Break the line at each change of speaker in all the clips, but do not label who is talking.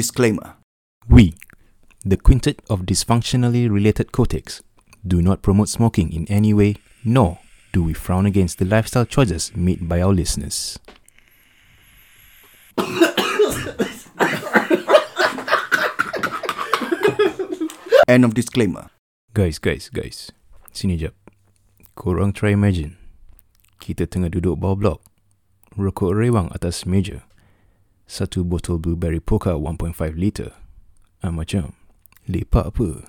Disclaimer
We, the quintet of dysfunctionally related cortex, do not promote smoking in any way, nor do we frown against the lifestyle choices made by our listeners.
End of disclaimer
Guys, guys, guys. Sini jap. Korang try imagine. Kita tengah duduk bawah blok. Rokok rewang atas meja. Satu botol blueberry poka 1.5 liter. Ah, macam lepak apa?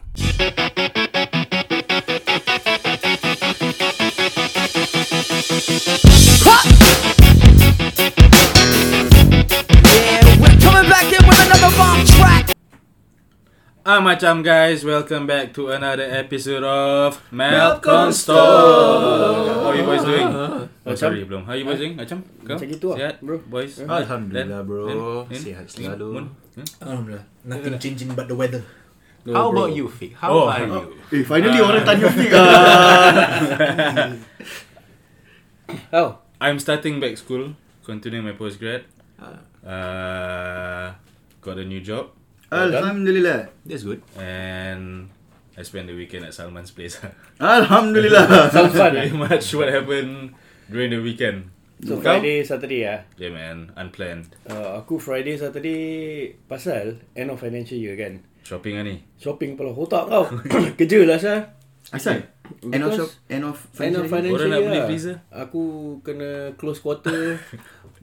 Ah macam guys, welcome back to another episode of Malcolm Store. How you boys doing? Oh, sorry belum. How you boys doing? Macam? Kau?
Eh? Macam gitu ah. lah,
Sihat,
bro.
Boys.
Alhamdulillah bro
Then?
Sihat
Then? Moon?
selalu
Alhamdulillah. Nothing changing but the weather.
How about you Fik? How
Oh,
are you?
Eh, finally orang tanya Fik Oh.
I'm starting back school, continuing my postgrad.
Ah.
Uh, got a new job
Alhamdulillah
That's good
and I spent the weekend at Salman's place.
Alhamdulillah
Sounds fun eh?
Pretty much what happened during the weekend.
So Friday, Saturday ah.
Yeah man, unplanned.
Uh, aku Friday, Saturday pasal end of financial year kan.
Shopping lah ni.
Shopping pula otak kau. Kerja lah Syah.
Asal Oh, End of
Because-
shop End of
End of
financial
financial
Orang nak
year.
beli
lah.
freezer?
Aku kena close quarter,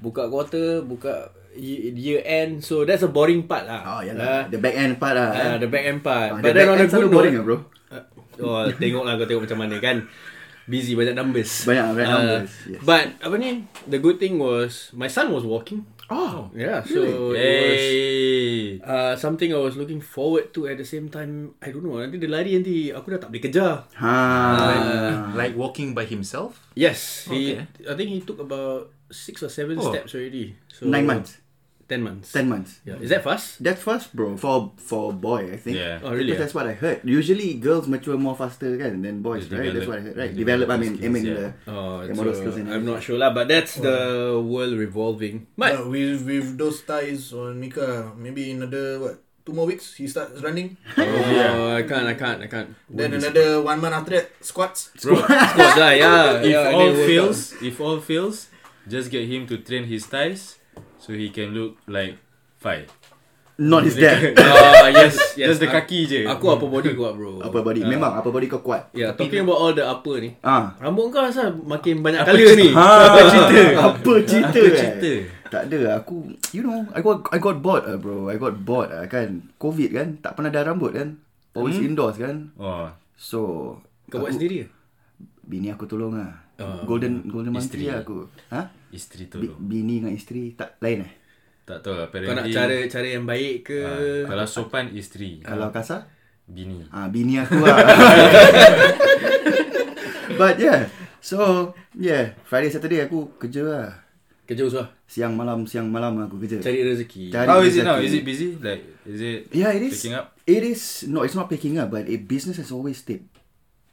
buka quarter, buka ye- year end. So that's a boring part
Oh
lah.
yalah The back end part lah
Uh,
eh.
the back end part.
Ah,
But
the
then
back
on a
end selalu
good
boring lah
note,
bro
Oh, tengoklah kau tengok macam mana kan. Busy banyak numbers.
Banyak, banyak
Ah,
numbers, yes.
But apa ni? The good thing was my son was walking.
Oh
Yeah, so it was
Hey.
uh, something I was looking forward to at the same time. I don't know. Nanti dia lari nanti aku dah tak boleh kejar.
Ha
Uh, Like walking by himself?
Yes, he
Okay.
I think he took about six or seven
Oh.
steps already. So
9 months
Ten months.
10 months
Yeah. Is that fast?
That's fast bro For for boy I think
Yeah.
Oh, really,
Because that's what I heard Usually girls mature more faster kan Than boys
They
right
develop-
That's what I heard right
they
Develop I
develop
mean I
skills,
mean
yeah.
the
Oh,
the
so
motor skills and
I'm not sure lah, but that's the world revolving. But
But with with those ties on Mika, maybe another what two more weeks he starts running.
oh, I can't, I can't, I can't.
Then another one month after that squats.
Squats lah, yeah.
If
yeah,
all
and then workout.
fails, if all fails, just get him to train his thighs so he can look like five.
Not his dad
Ah, yes, yes.
Just the
Aku-
kaki je.
Aku apa body kuat bro.
Upper body Memang upper body kau kuat
Ya, yeah, talking about all the apa ni.
Ah
Rambut kau asal makin banyak colour ni.
Ha?
Apa cerita? Apa cerita?
Apa cerita?
Eh? Tak ada aku you know I got I got bored ah bro. I got bored ah kan. Covid kan tak pernah ada rambut kan. Always hmm? indoors kan.
Oh,
So
Kau buat
aku-
sendiri ke?
Bini aku tolong ah. golden golden
isteri.
monkey lah aku. Ha?
isteri
Bi-
tolong.
bini dengan isteri tak lain eh.
Tak tahu lah,
Kau nak
apparently.
cara cara yang baik ke?
Ah, kalau sopan isteri,
Kalau kasar
bini.
Ah, bini aku lah. But yeah. So, yeah. Friday, Saturday aku kerja lah.
Kerja usah.
Siang malam, siang malam aku kerja.
Cari rezeki.
Cari
How is it
rezeki.
now? Is it busy? Like, is it
Yeah, it is.
picking up?
It is. No, it's not picking up, but a business has always stayed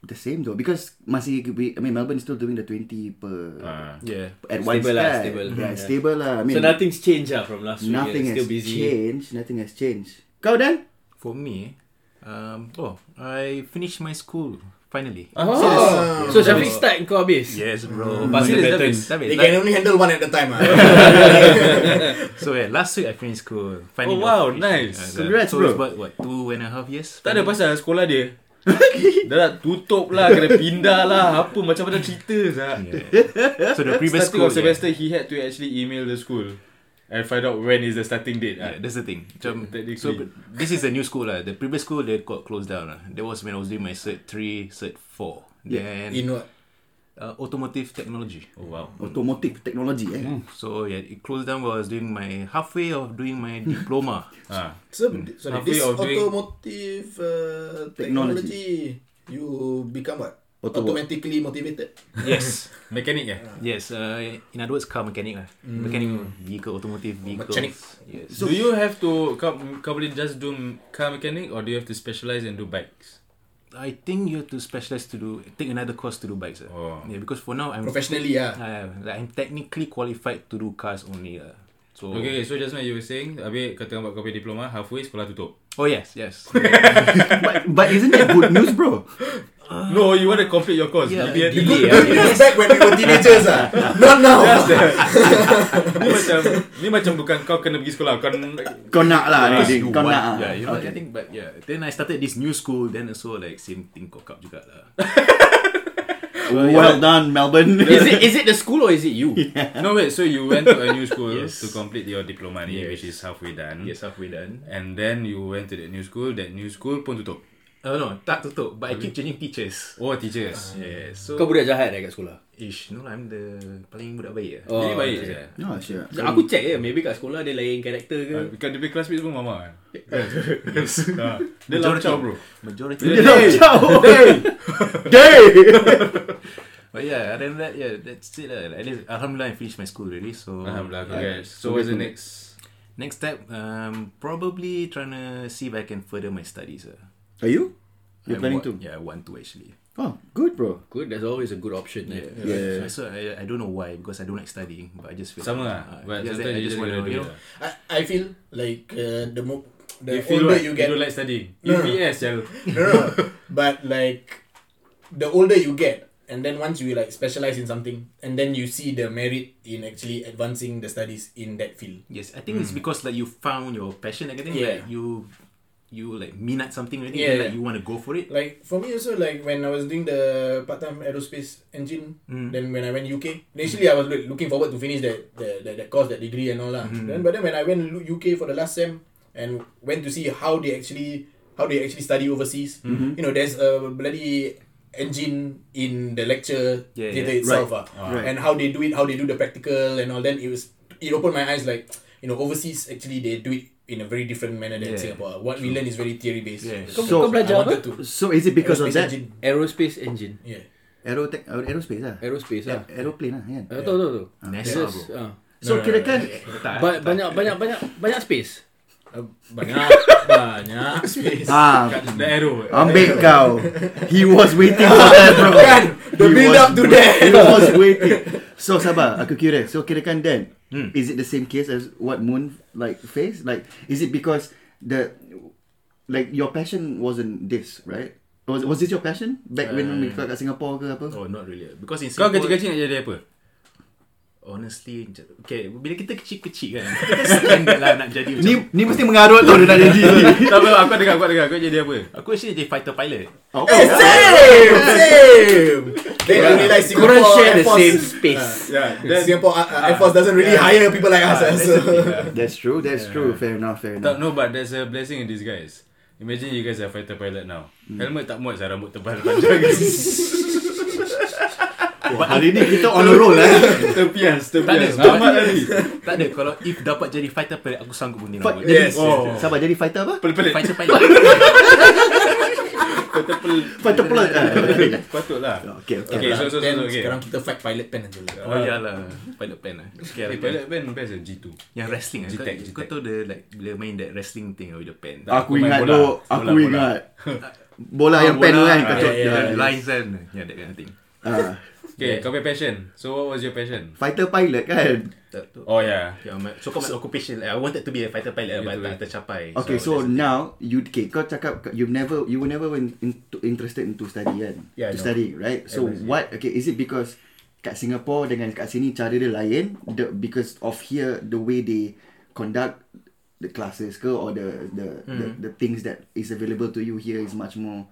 the same though because masih we, I mean Melbourne is still doing the 20 per
Ah.
Yeah.
at one
stable lah,
time.
stable.
Yeah,
Yeah.
stable lah. I mean,
So nothing's changed lah from last week.
nothing
yeah.
has
Still busy.
changed. Nothing has changed. Kau dan?
For me um, Oh I finished my school Finally
Oh.
um,
So Syafiq start kau habis.
Yes bro
Pasti
Serious,
pattern.
habis, habis.
They
Like-
can only handle one at a time. Ah.
So yeah, last week I finished school finally
Oh, wow,
finished.
nice.
Uh,
Congrats,
so
bro.
it's about what Two and a half years
Tak ada pasal sekolah dia. Dah nak tutup lah, kena pindah lah. Apa macam mana cerita sah.
Yeah. So the previous
Starting
school
of semester, he had to actually email the school and find out when is the starting date.
Yeah,
ah.
that's the thing. Macam,
Technically.
so this is the new school lah. The previous school they got closed down lah. That was when I was doing my cert three, cert four. Then
In what?
uh, automotive technology.
Oh, wow.
Automotive technology eh.
So yeah, it closed down while I was doing my halfway of doing my diploma.
Ah.
So sorry,
Halfway
this
of doing-
automotive uh,
Technology.
technology, you become what?
Auto-
Automatically motivated.
yes.
Mekanik eh?
Yes. Uh, in other words, car mechanic lah. Mechanic vehicle, automotive vehicles.
mechanic.
Yes.
do you have to kau, kau boleh just do car mechanic or do you have to specialize and do bikes?
I think you have to specialize to do take another course to do bikes. lah.
Oh.
Yeah, because for now I'm
Professionally ah.
Uh, like I'm technically qualified to do cars only. Uh. So
Okay, okay, so just now you were saying, Habis kau tengah buat kopi diploma, halfway sekolah tutup.
oh yes, yes.
but, but isn't that good news, bro?
Uh, No, you want to complete your course.
yeah,
Nanti
delay.
ada-
ah.
It was back when we were teenagers ah. Not now.
Just that. ni macam ni macam bukan kau kena pergi sekolah kau
Kau nak lah,
Because
Nadine.
you
Kau nak
want-
ah.
Yeah, you know, okay. I think, but yeah. Then I started this new school, then also like same thing cock up juga lah.
Well done, Melbourne.
Is it is it the school or is it you?
no wait so you went to a new school
Yes.
to complete your diploma ni
Yes.
which is halfway done
Yes, halfway done.
and then you went to that new school that new school pun tutup
Oh no, tak tutup, but I keep changing teachers.
oh teachers
Yeah, so
Kau budak jahat eh kat sekolah.
ish, no lah, I'm the paling budak baik lah.
Oh,
jadi baik
okay.
je
No, sure.
Aku check je maybe kat sekolah dia lain karakter ke.
Uh,
Ah.
Bukan dia punya classmates pun mama kan Yes ha. Dia lah macam bro
Majority.
Dia lah
But yeah, other than that, yeah, that's it lah. At least, Alhamdulillah, I finished my school already. So
Alhamdulillah
yeah.
lah, congrats So what's the next
Next step, um, probably trying to see if I can further my studies. Uh.
Are you? You're
I
planning
wa-
to?
Yeah, I want to actually.
Oh, good, bro.
Good, that's always a good option. Yeah.
Yeah.
Yeah.
So, so I, I don't know why because I don't like studying, but I just feel
Sama lah
Uh,
But
just that
sometimes
I
you
just
just
want to
gonna do
you
it
know.
lah.
I, I feel like uh, the more the
You feel
older
what?
you
You
get,
don't like studying
No, no.
EPS Jal
no, no, no. but like the older you get, and then once you like specialize in something, and then you see the merit in actually advancing the studies in that field.
Yes, I think it's
Hmm.
because like you found your passion. Like, I think
Yeah.
like you you like mean at something already. Yeah,
Yeah,
like
yeah.
you want to go for it.
Like for me also, like when I was doing the part-time aerospace engine,
Mm.
then when I went UK, initially I was loo- looking forward to finish that the, the, that course, that degree and all that.
Mm.
Then but then when I went lo- UK for the last sem and went to see how they actually how they actually study overseas,
Mm-hmm.
you know, there's a bloody engine in the lecture
Yeah,
theatre
yeah.
itself,
Right.
ah.
Right.
and how they do it, how they do the practical and all. Then it was it opened my eyes like you know overseas actually they do it in a very different manner than
Yeah.
Singapore. What we learn is very theory based.
Yeah.
Kau,
So-
kau belajar
I
apa?
wanted to.
So is it because of
Aerospace
that?
engine.
Aerospace engine.
Yeah.
Aerotech, aerospace lah.
Aerospace lah.
Yeah, aeroplane lah, kan?
Yeah. Tahu tahu tahu.
NASA,
Yes.
bro.
ah.
So
No, no,
kira
no,
kan,
Tak,
Ba- banyak banyak banyak banyak space.
Banyak Banyak Space
ah,
The arrow
ambil kau. He was waiting for that, bro. Kan,
the build up to that.
He was waiting. So sabar, aku curious. So kira kan Dan, is it the same case as what Moon like face? Like, is it because the like your passion wasn't this, right? Was was this your passion back when
Uh,
we kat Singapore ke apa?
Oh, not really. Because in
Kau
Singapore,
kecil-kecil nak jadi apa?
honestly, j- okay, bila kita kecil-kecil kan, kita standard lah nak jadi macam.
Ni ni mesti mengarut tau dia nak jadi.
Tak apa aku dengar aku dengar kau jadi apa?
Aku actually jadi fighter pilot.
Oh,
Same Same Then I realised Singapore
Korang share
Air
the
Force
same space.
Yeah,
Then Singapore uh, uh, Air Force doesn't really hire people like us
That's the
so.
thing lah.
That's true. That's true. Fair enough. Fair
Tak, no,
enough.
but there's a blessing in disguise. Imagine you guys are fighter pilot now. Hmm. Helmet tak muat saya rambut tebal panjang.
Wah, hari ni kita on a roll eh.
terpias, terpias.
Tak ada,
Ahmad Ali.
tak ada. Kalau if dapat jadi fighter pilot, aku sanggup gunting
Fight,
rambut.
yes.
Yes.
Oh. Sabar jadi fighter apa?
Pelit-pelit.
Fighter pilot.
Fighter plug. ah.
Patutlah.
okay, okay.
Okay, so, so, so,
Then
so, okay.
Sekarang kita fight pilot pen aja lah
Oh, ya lah. Pilot plan lah. Okay,
Eh,
pilot.
pilot band best eh, G2.
Yang wrestling lah.
G-Tech,
Kau, kau
G-Tech.
tahu the, like, bila main that wrestling thing with the pen.
Aku
Aku main
ingat
bola.
tu, aku
Bola, ya, bola.
ingat. Bola yang
Ah,
pen tu
bola,
kan
ah,
kacau.
yeah, yeah,
Yeah,
Lines kan. Yeah, that kind of thing.
Ah,
Okay, kau punya passion. So, what was your passion?
Fighter pilot kan.
Tak tahu.
Oh, yeah.
Yeah, my, so called my occupation. like, I wanted to be a fighter pilot, but tak tercapai.
Okay, so,
that's-
now you okay, kau cakap you never you were never in, in, interested into study kan?
Yeah, I
to
know.
study, right? So
Yeah,
what okay, is it because kat Singapore dengan kat sini cara dia lain the, because of here the way they conduct the classes ke or the the, mm. the the things that is available to you here is much more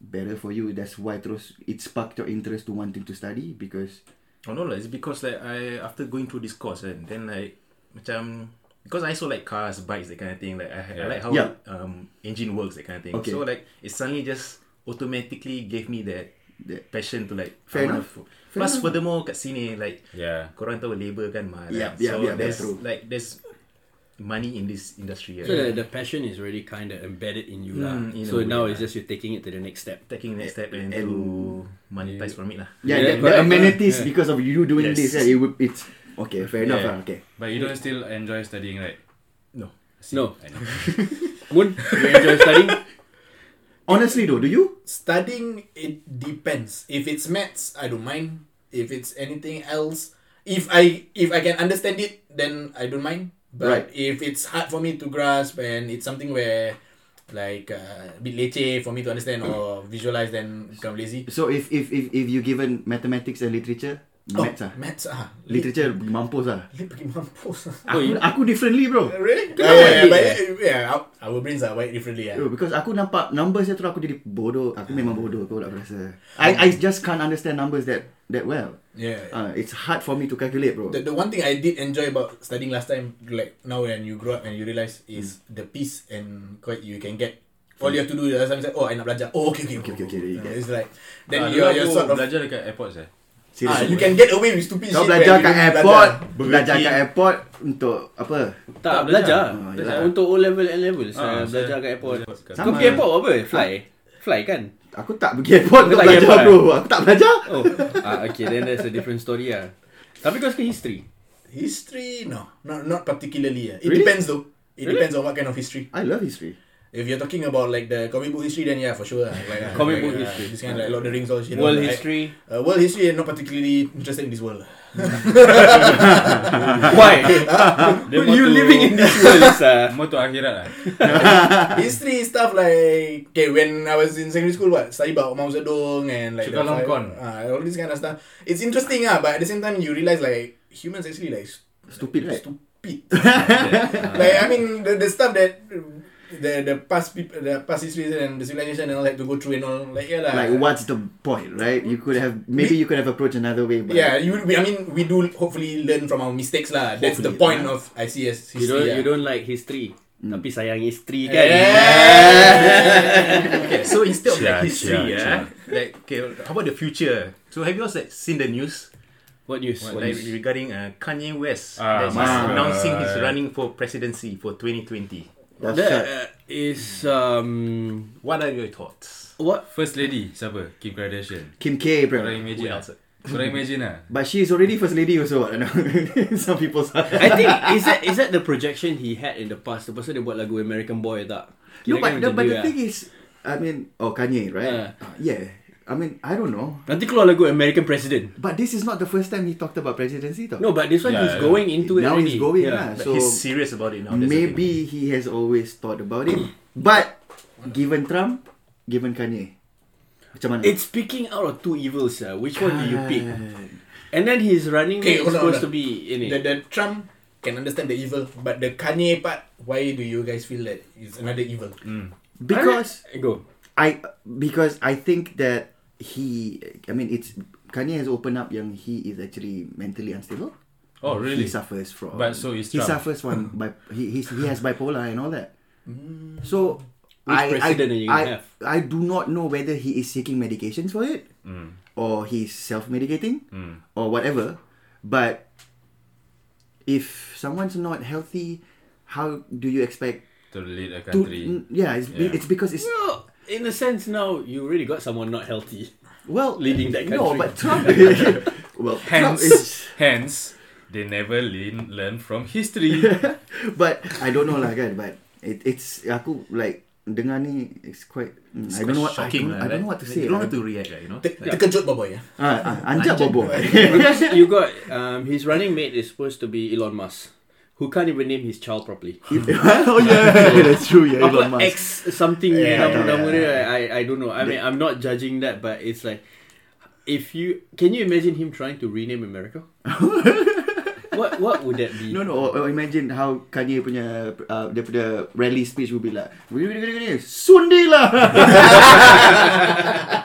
better for you that's why terus it sparked your interest to wanting to study because
Oh no lah, it's because like I after going through this course and then like macam because I also like cars, bikes, that kind of thing. Like I, I like how
Yeah.
um engine works, that kind of thing.
Okay.
So like it suddenly just automatically gave me that,
That-
passion to like
Fair
I wanna
enough.
f-
Fair
Plus
enough.
furthermore kat sini like
Yeah.
korang tahu labor kan mahal.
Yeah,
kan?
yeah,
so
yeah,
there's
that's true.
like there's money in this industry.
So
Yeah.
the, the passion is already kind of embedded in you lah.
Mm, in a
so
way
now
lah.
it's just you taking it to the next step.
Taking next step and, to monetize from it lah.
yeah,
Yeah,
the, the
correct.
amenities because of you doing
Yes.
this yeah, it would, it's okay fair enough
Yeah.
lah, okay
But you don't still enjoy studying, right?
No.
No.
I know.
Moon, you enjoy studying?
honestly though do you
Studying It depends If it's maths I don't mind If it's anything else if I if I can understand it, then I don't mind. But
Right.
if it's hard for me to grasp and it's something where like uh, a bit leceh for me to understand or visualize, then become lazy.
So if if if if you given mathematics and literature,
Oh,
maths ah.
maths ah.
Literature mampus ah.
Lit pergi mampus
Aku,
ah.
aku differently bro. Yeah,
Really? Yeah, yeah,
Oh, yeah,
yeah, but yeah, our, our brains are wired differently. ah.
Bro,
Yeah.
because aku nampak numbers dia terus aku jadi bodoh. Aku memang bodoh kau tak rasa. I I just can't understand numbers that that well.
yeah.
Uh, it's hard for me to calculate, bro.
The, the one thing I did enjoy about studying last time, like now when you grow up and you realize, is the peace and quiet you can get. All you have to do is sometimes like, oh, I nak belajar. Oh, okay, okay, okay,
okay, okay, you get.
It's like
Ah,
then
dulu
you're, you're
aku
sort of
belajar dekat airports eh.
ah,
Serious.
you can get away with stupid
kau
shit.
belajar
when you
kat
don't
airport,
belajar.
belajar kat
King.
airport untuk apa?
Tak,
belajar.
belajar.
Ah,
belajar.
yelah.
Untuk O level and level.
Ah,
Saya belajar kat airport.
Belajar kat-
Kau
Sama.
pergi airport buat apa? Fly. Fly kan?
Aku tak pergi airport
Kau
untuk
tak pergi
belajar, bro.
airport,
Aku tak belajar.
Oh. ah, okay, then that's a different story lah. Tapi kau suka history?
History, no, not not particularly. Yeah. It
Really?
depends though. It depends on what kind of history.
I love history.
If you're talking about like the comic book history, then yeah, for sure. ah, Like, ah,
Comic
like,
book
ah,
history.
This kind of like Lord of the Rings all shit.
World
like,
history.
Uh, world history, I'm not particularly interested in this world.
Why?
Dia
you
more to-
living in this world, Lisa.
More to akhirat lah.
history stuff like okay when I was in secondary school what study about Mao Zedong and like
Chuka
the five-
Longkorn.
ah, all this kind of stuff it's interesting ah but at the same time you realize like humans actually like s-
Stupid, right?
stupid like I mean the, the stuff that the the past people the past history and the civilization and all had to go through and all like yeah lah.
Like, what's the point, right? You could have maybe you could have approached another way, but
yeah you we, I mean we do hopefully learn from our mistakes lah that's the
Hopefully,
point of ICS history
You don't,
ah.
you don't like history. Tapi sayang isteri kan?
Yeah.
Okay, so instead of
Cia,
like history,
cia,
yeah, like okay, how about the future? So have you also like, seen the news
What news? What
like,
news?
regarding uh, Kanye West
Ah,
that he's
man.
announcing he's
Yeah.
running for presidency for 2020?
that's
That
right.
uh, is um
What are your thoughts?
what
First lady siapa? Kim Kardashian.
Kim K,
Who
bro.
imagine
else? Korang imagine lah.
But she is already first lady also. I don't know. Some people say.
I think is that is that the projection he had in the past? The pasal dia buat lagu American Boy tak?
No, but the,
Kira-kira macam
but the
dia lah. Ah.
thing is, I mean, oh Kanye, right? Uh, yeah. I mean, I don't know.
Nanti keluar lagu American President.
But this is not the first time he talked about presidency, though.
No, but this one
Yeah,
he's
yeah.
going into it
now he's
already.
going lah.
yeah.
But
So
he's serious about it now. that's the thing.
maybe he has always thought about it. But given Trump, given Kanye, macam mana?
It's picking out of two evils. Uh. Which one do you pick? And then he's running.
Okay,
Okay,
hold on,
supposed to
hold
be in it.
the, the Trump can understand the evil, but the Kanye part, why do you guys feel that it's another evil?
Mm.
because
go.
I because I think that he. I mean, it's Kanye has opened up yang he is actually mentally unstable.
Oh
He
really?
suffers from.
But so is
he
Trump.
suffers from bi- he he's, he has bipolar and all that.
Mm.
So.
Which
I,
president
I,
are you
I,
gonna have?
I do not know whether he is seeking medications for it
Mm.
or he's self medicating or whatever. But if someone's not healthy, how do you expect
To lead a
to?
country.
n- Yeah, it's, be-
Yeah.
it's because it's
Well, in a sense, now you really got someone not healthy.
well
Leading that
No,
country.
but Trump. well, Trump
Hence,
is.
hence, they never learn learn from history.
But I don't know lah kan. But it, it's aku like dengar ni it's quite. mm, I don't know what I
Shocking
don't,
lah,
I
right?
don't know what to
Like,
say.
You don't
I-
know how to react, right? You know.
Te- Terkejut boy ya.
Ah, ah, anjak bobo.
Because you got um, his running mate is supposed to be Elon Musk, who can't even name his child properly.
oh yeah, that's true. Yeah,
Apa
Elon Musk.
X something yeah,
Yeah,
nama
yeah,
nama
yeah.
dia I I don't know. I mean I'm not judging that but it's like if you can you imagine him trying to rename America? what what would that be?
No no, or, or imagine how Kanye punya uh, dia punya rally speech would be like, gini gini gini, sundi lah.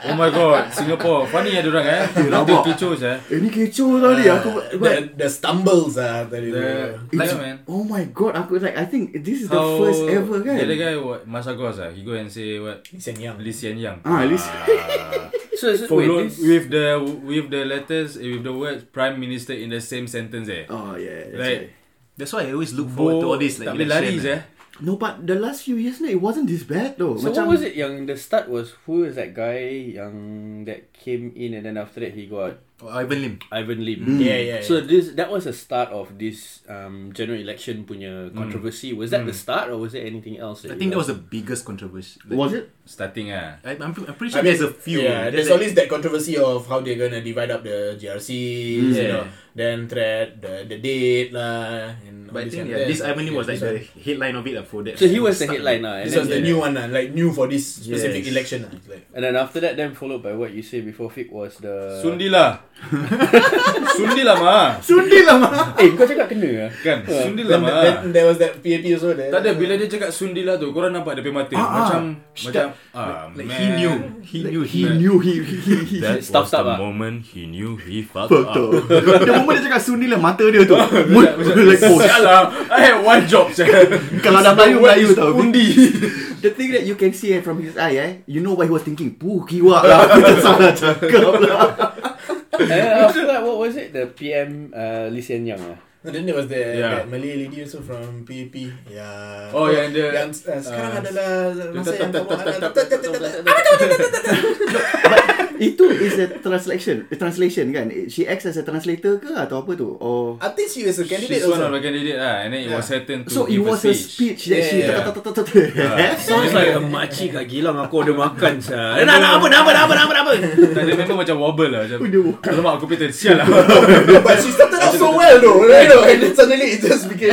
oh my god, Singapore. Funny ya orang eh. Rabak. Kecoh eh.
eh, ni kecoh tadi aku. but-
Uh, The, the stumbles ah tadi. tu.
The,
it's,
yeah, man.
oh my god, aku like I think this is the
How-
first ever kan.
The other guy, what, Masagos ah, he go and say what?
Lee Hsien Yang.
Lee Hsien Yang.
Ah, at least
So, so
Followed
wait, this,
with the with the letters eh, with the word prime minister in the same sentence eh.
Oh yeah. that's
Like,
right.
That's why I always look forward to all this like
tak boleh lari
election,
je.
eh.
No, but the last few years, no, it wasn't this bad though.
so what was it? Yang the start was who is that guy? Yang that came in and then after that he got
Or Ivan Lim.
Ivan Lim.
Hmm. Yeah, yeah,
So
yeah.
this that was the start of this um, general election punya controversy. Was that the start or was there anything else?
I think that was the biggest controversy. Like,
Was it?
Starting ah.
I, I'm, I'm pretty sure
I mean,
there's a few.
Yeah, there's
like-
always that controversy of how they're gonna divide up the GRCs, you know, Then thread the, the date lah and all
But I
this
think
one.
yeah,
Then-
this avenue was like
this
the
one.
headline of it lah for that.
So he was the
Start-
headline lah, and
This
then,
was the
yeah.
new one lah, like new for this specific
Yes.
election lah. It's like,
and then after that, then followed by what you say before Fik was the
Sundilah. Sundilah mah.
Eh, kau cakap kena
lah,
lah.
Kan? Sundilah
then,
mah.
then there was that PAP also. That,
Tak ada bila dia cakap sundilah tu korang nampak dia punya mata
Ah, ah.
macam
Shit.
macam ah
Like
man.
he knew, he knew,
He knew he he he, he
That
Stuff
was
up
the
ah.
moment he knew he fucked up.
fucked up. the moment dia cakap Sunni lah mata dia tu. like oh,
Salah. I had one job saya.
kalau dah Melayu Melayu tau.
Undi.
The thing that you can see eh, from his eye eh, you know what he was thinking. Puh, kiwa lah. Kita salah cakap lah.
And then after that, what was it? The PM uh, Lee Hsien Yang lah.
No, then there was the
Yeah.
that Malay lady also from PAP. Yeah.
Oh, yeah, and the-
yang uh, sekarang
uh,
adalah masa yang kamu
Itu is a translation. A translation kan? She acts as a translator ke atau apa tu? Or
I think she was a candidate
She's one of
also.
the candidate lah and then it
Yeah.
was her turn to
so it
give
was
a speech.
a
Ah.
speech that she
Yeah, yeah.
Sounds like a makcik kat Gilang aku ada makan sah.
Nak nak apa nak apa nak apa nak apa, nak apa.
Tak dia memang macam wobble lah macam. Alamak aku punya sial lah.
But she started out so well though. Right? No, and then suddenly it just became...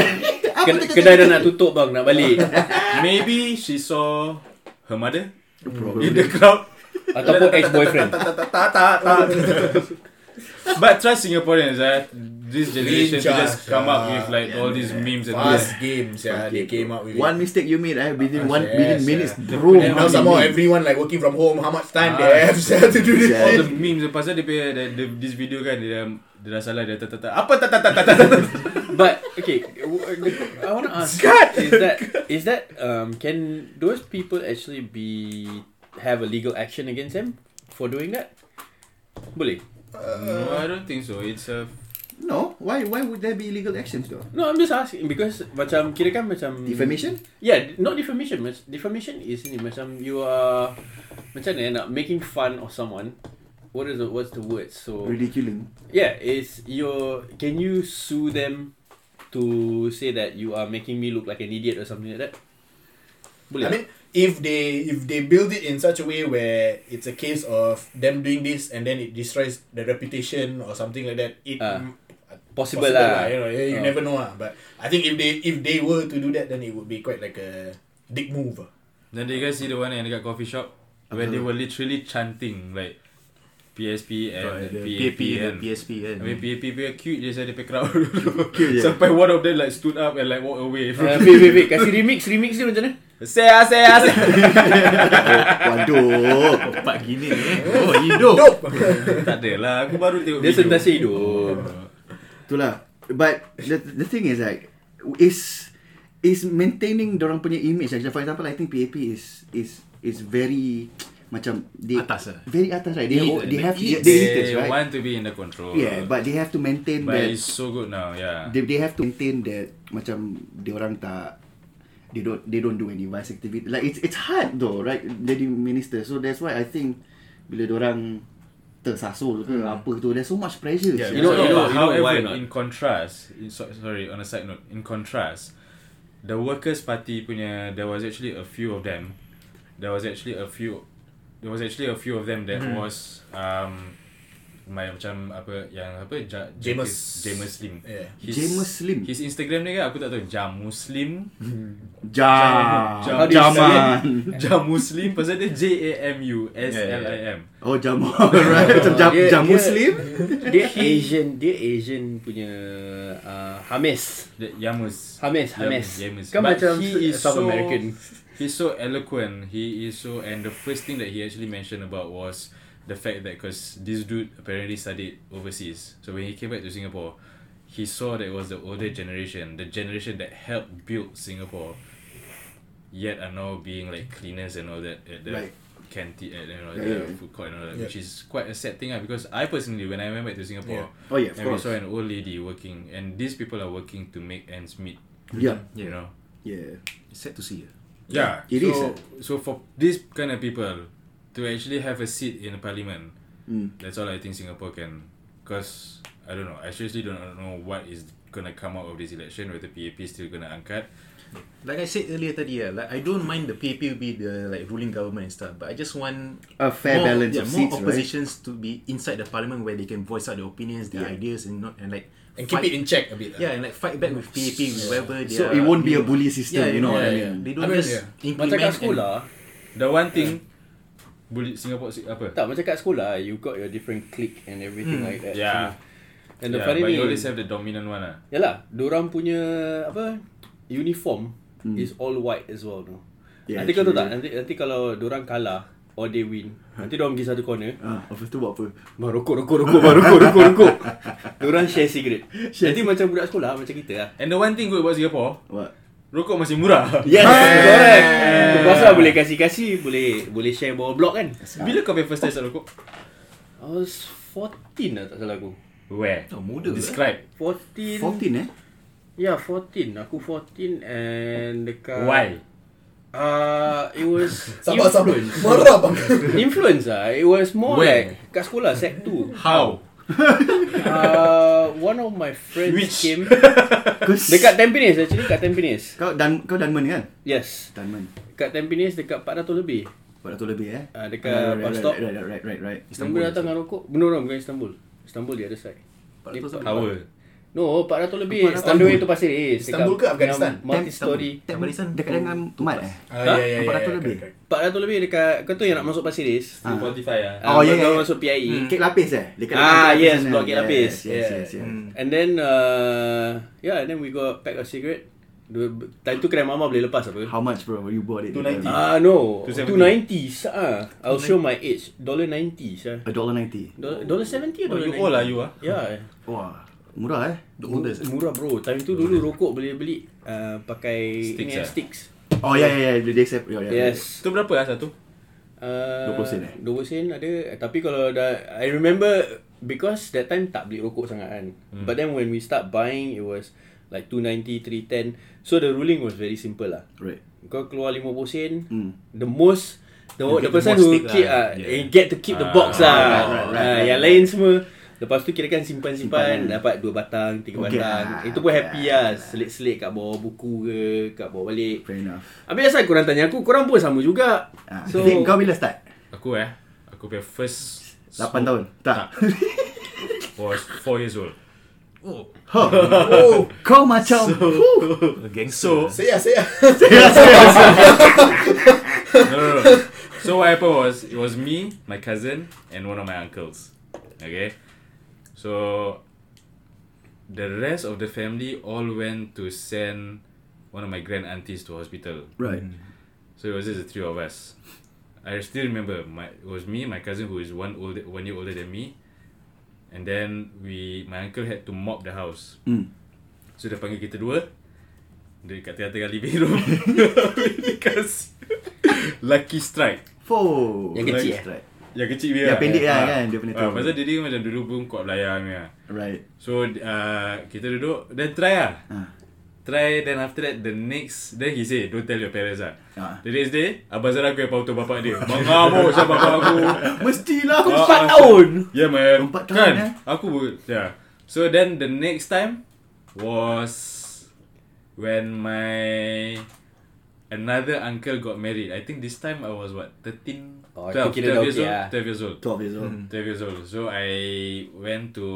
Kedai dah nak tutup bang, nak balik.
Maybe she saw her mother in the crowd.
Ataupun ex-boyfriend. Ah.
But trust Singaporeans, eh? this generation to
Lincah,
just come up with like
yeah,
all these memes and all this.
Fast games, yeah. They came up with
One
it.
mistake you made eh, within
Ah,
one
Yes,
within
yeah.
minutes, bro.
And now some more everyone like working from home. How much time they
Ah.
have sia, to do this?
Yeah.
All
shit?
the memes and pasal dia punya the, the, this video kan dia dah, dia dah salah dia tata tata apa tata tata tata
But okay, w- I want to ask: Is that is that um can those people actually be have a legal action against them for doing that? Boleh?
No, I don't think so. It's a
No, why why would there be illegal actions though?
No, I'm just asking because macam kira kan macam
Defamation?
Yeah, not defamation. mas- Defamation is ni macam you are macam ni nak making fun of someone. What is the what's the word? So
Oh.
Ridiculing.
yeah, is your can you sue them to say that you are making me look like an idiot or something like that? Boleh.
I
tak?
mean, if they if they build it in such a way where it's a case of them doing this and then it destroys the reputation or something like that, it
Ah.
m-
possible, lah.
You know, you, you
Ah.
never know lah. But I think if they if they were to do that, then it would be quite like a dick move. ah.
Then do you guys see the one yang dekat coffee shop where they were literally chanting like PSP and PAP
PAP
and
and PSP kan.
I mean PAP punya cute je saya dia punya crowd
Cute je.
Sampai one of them like stood up and like walk away from
Uh, wait, wait, wait. Kasih remix, remix dia macam mana?
Saya saya saya
Waduh.
Pak gini eh. Oh, hidup.
Tak ada lah aku baru tengok
Dia
video
sentasa hidup.
Itulah. But the the thing is like is is maintaining orang punya image. Like, for example, I think PAP is is is very macam they
Atas lah.
very atas right. They
Elite, lah.
they have
elite.
they
They
elitist, right.
want to be in the control
Yeah, but they have to maintain
But
that.
it's so good now yeah
They, they have to maintain that macam dia orang tak they don't they don't do any vice activity. Like it's it's hard though, right? Jadi minister. So that's why I think bila dia orang tersasul ke apa tu there's so much pressure.
Yeah,
sia.
You know-
So,
you know-
but
you know
however,
why or not?
in contrast, in, so, sorry, on a side note, in contrast, the Workers' Party punya, there was actually a few of them. There was actually a few, there was actually a few of them that
Mm-hmm.
was um, my macam apa yang apa ja,
Jamus.
Jamus Slim.
Yeah.
His,
Jamus Slim?
His Instagram dia kan aku tak tahu Jamus Slim.
Jam.
Jam-
Jaman.
Jamus Slim pasal dia J A M U S L I M.
Oh Jamal right Macam jam,
Dia-
jam
dia-
Muslim
Dia Asian, dia Asian punya uh, Hamis.
Dia- Yamus.
Hamis, Hamis.
Yamus.
Kan
But
macam
he is
South
so-
American.
He's so eloquent. He is so, and the first thing that he actually mentioned about was the fact that because this dude apparently studied overseas, so when he came back to Singapore, he saw that it was the older generation, the generation that helped build Singapore, yet are now being like cleaners and all that at the
Right.
canteen and you know,
Yeah,
the
yeah.
food court and all that,
Yeah.
which is quite a sad thing. ah, Because I personally, when I went back to Singapore,
Oh yeah of
and we
course
saw an old lady working, and these people are working to make ends meet.
Yeah
You know.
Yeah
Sad to see.
Yeah,
It
so,
is,
So for these kind of people to actually have a seat in parliament,
mm.
Hmm.
that's all I think Singapore can. Because I don't know, I seriously don't know what is gonna come out of this election. Whether PAP is still gonna angkat.
Like I said earlier tadi lah, like I don't mind the PAP will be the like ruling government and stuff, but I just want
A fair
more,
balance
yeah,
of
more
seats right
oppositions to be inside the parliament where they can voice out their opinions, their
Yeah.
ideas, and not and like
and keep it in check a bit. lah.
Yeah, and like fight back with PAP, with whoever they
So
are.
it won't be a bully
Yeah,
system, you know
yeah,
what I
yeah.
mean?
They don't
I mean,
just
yeah.
implement.
Macam kat
and-
sekolah
The one thing bully Singapore si- apa?
Tak macam kat sekolah You got your different clique And everything like that
Yeah.
And the
yeah,
funny
but
thing
you always have the dominant one ah.
Yalah Diorang punya Apa Uniform Is all white as well no?
Yeah,
Nanti kau tahu
actually.
tak Nanti, nanti kalau Diorang kalah Or they win Nanti diorang pergi satu corner
Ah, lepas tu buat apa?
Bah, rokok, rokok, rokok, bah, rokok, rokok, rokok. Diorang share cigarette. Nanti macam budak sekolah, macam kita lah.
And the one thing good about Singapore,
What?
rokok masih murah.
Yes, correct. Tu pasal boleh kasih-kasih, boleh boleh share bawah blok kan.
Bila kau pay first test rokok?
I was 14 lah tak salah aku.
Where?
Oh, muda.
eh?
Describe.
14.
14 eh?
Ya, yeah, 14. Aku 14 and dekat...
Why?
Uh, it was...
Sabar sabar. Marah bang.
Influence lah. It was more
Where?
like kat sekolah, sec 2.
How?
Uh, one of my friends
Which?
came...
Kau s-
Dekat Tampines actually, kat Tampines.
Kau dan kau Dunman kan?
Yes.
Dunman.
Kat Tampines dekat 400 lebih.
Empat ratus lebih eh?
Ah, dekat
Right, right,
bus
right,
stop.
Right, right, right, right, right.
Istanbul Nombor datang dengan rokok. No, no, bukan Istanbul. Istanbul dia ada side. Dia-
Power.
No, 400 lebih.
400.
On the way to Pasir Ris.
Istanbul
Dekat
ke Afghanistan?
yang Multi-story.
Tab-
Barisan
dekat
tu-
dengan Mat eh?
Ah, yeah, yeah, yeah,
Empat ratus
yeah,
lebih.
correct, correct.
400 lebih dekat... Kau tu yang nak masuk Pasir Ris.
Ah.
Spotify ah.
Ah,
Oh, ya, ya,
kau
ya.
Masuk PIE.
Kek lapis eh? Dekat
Ah,
dekat lapis
yes,
sana.
blok Kek
eh?
Lapis.
Yes, yes,
Yeah.
yes. yes.
Hmm.
And then... Uh, yeah, and then we got a pack of cigarette. Dua, time tu kedai mama boleh lepas apa.
How much bro? You bought it?
290.
Ah, no.
270.
290. Ah, I'll show my age. $1.90. sah.
A dollar ninety.
Dollar dollar seventy
Oh,
atau
you old lah you ah.
Yeah.
Wah, murah eh?
The oldest.
Murah bro. Time tu dulu rokok boleh beli uh, pakai
Sticks,
ni,
eh?
sticks.
Oh yeah, yeah, yeah. They accept. Yeah, yeah.
Yes.
Tu berapa ah satu?
Uh,
20 sen, eh?
20 sen ada Tapi kalau dah I remember Because that time tak beli rokok sangat kan hmm. But then when we start buying It was like 290, 310 So the ruling was very simple lah
Right.
Kau keluar 50 sen
Hmm.
The most The,
You get the
the person
most
who
stick
keep
lah.
ah,
Yeah.
eh, Get to keep the box
Ah,
lah
right, right, right,
Ah,
right,
Yang
right.
lain semua Lepas tu kira kan
Simpan.
simpan-simpan Dapat dua batang, tiga
Okay lah,
batang Itu pun happy
okay
lah Selit-selit kat bawah buku ke Kat bawah balik
Fair enough.
Habis asal korang tanya aku, korang pun sama juga.
Ah,
So,
so, kau bila start?
Aku eh. Aku pay first
8 tahun. Tak.
was 4 years old.
Oh, kau macam Huh.
Gangster.
Say yeah, say yeah.
No, no, no. So what happened was it was me, my cousin, and one of my uncles. Okay, so the rest of the family all went to send one of my grand aunties to hospital.
Right.
hmm.
So it was just the three of us. I still remember my it was me, my cousin who is one older one year older than me, and then we my uncle had to mop the house.
Hmm.
So dia panggil kita dua Dekat tengah-tengah living room Dikasih Lucky strike
Four.
Yang kecil, eh?
Right.
Yang kecil dia
Yang pendek lah
Ah.
kan, dia punya
Ah,
tu.
Pasal dia, dia macam dulu pun kuat belayar ni lah
Right.
So uh, kita duduk Then try lah
Ah.
Try then after that the next Then he say don't tell your parents lah
Ah.
The next day Abang Zara aku yang pautu bapak dia Mengamuk sama bapak aku
Mestilah.
Ah,
empat
ah.
tahun.
Ya yeah, man
Empat tahun,
Kan
eh?
Aku pun yeah. So then the next time Was When my Another uncle got married I think this time I was what 13
Oh, aku
12,
kira
12
dah
years old
okay, ah.
12 years old
12 years
Hmm.
old.
12 years old So I went to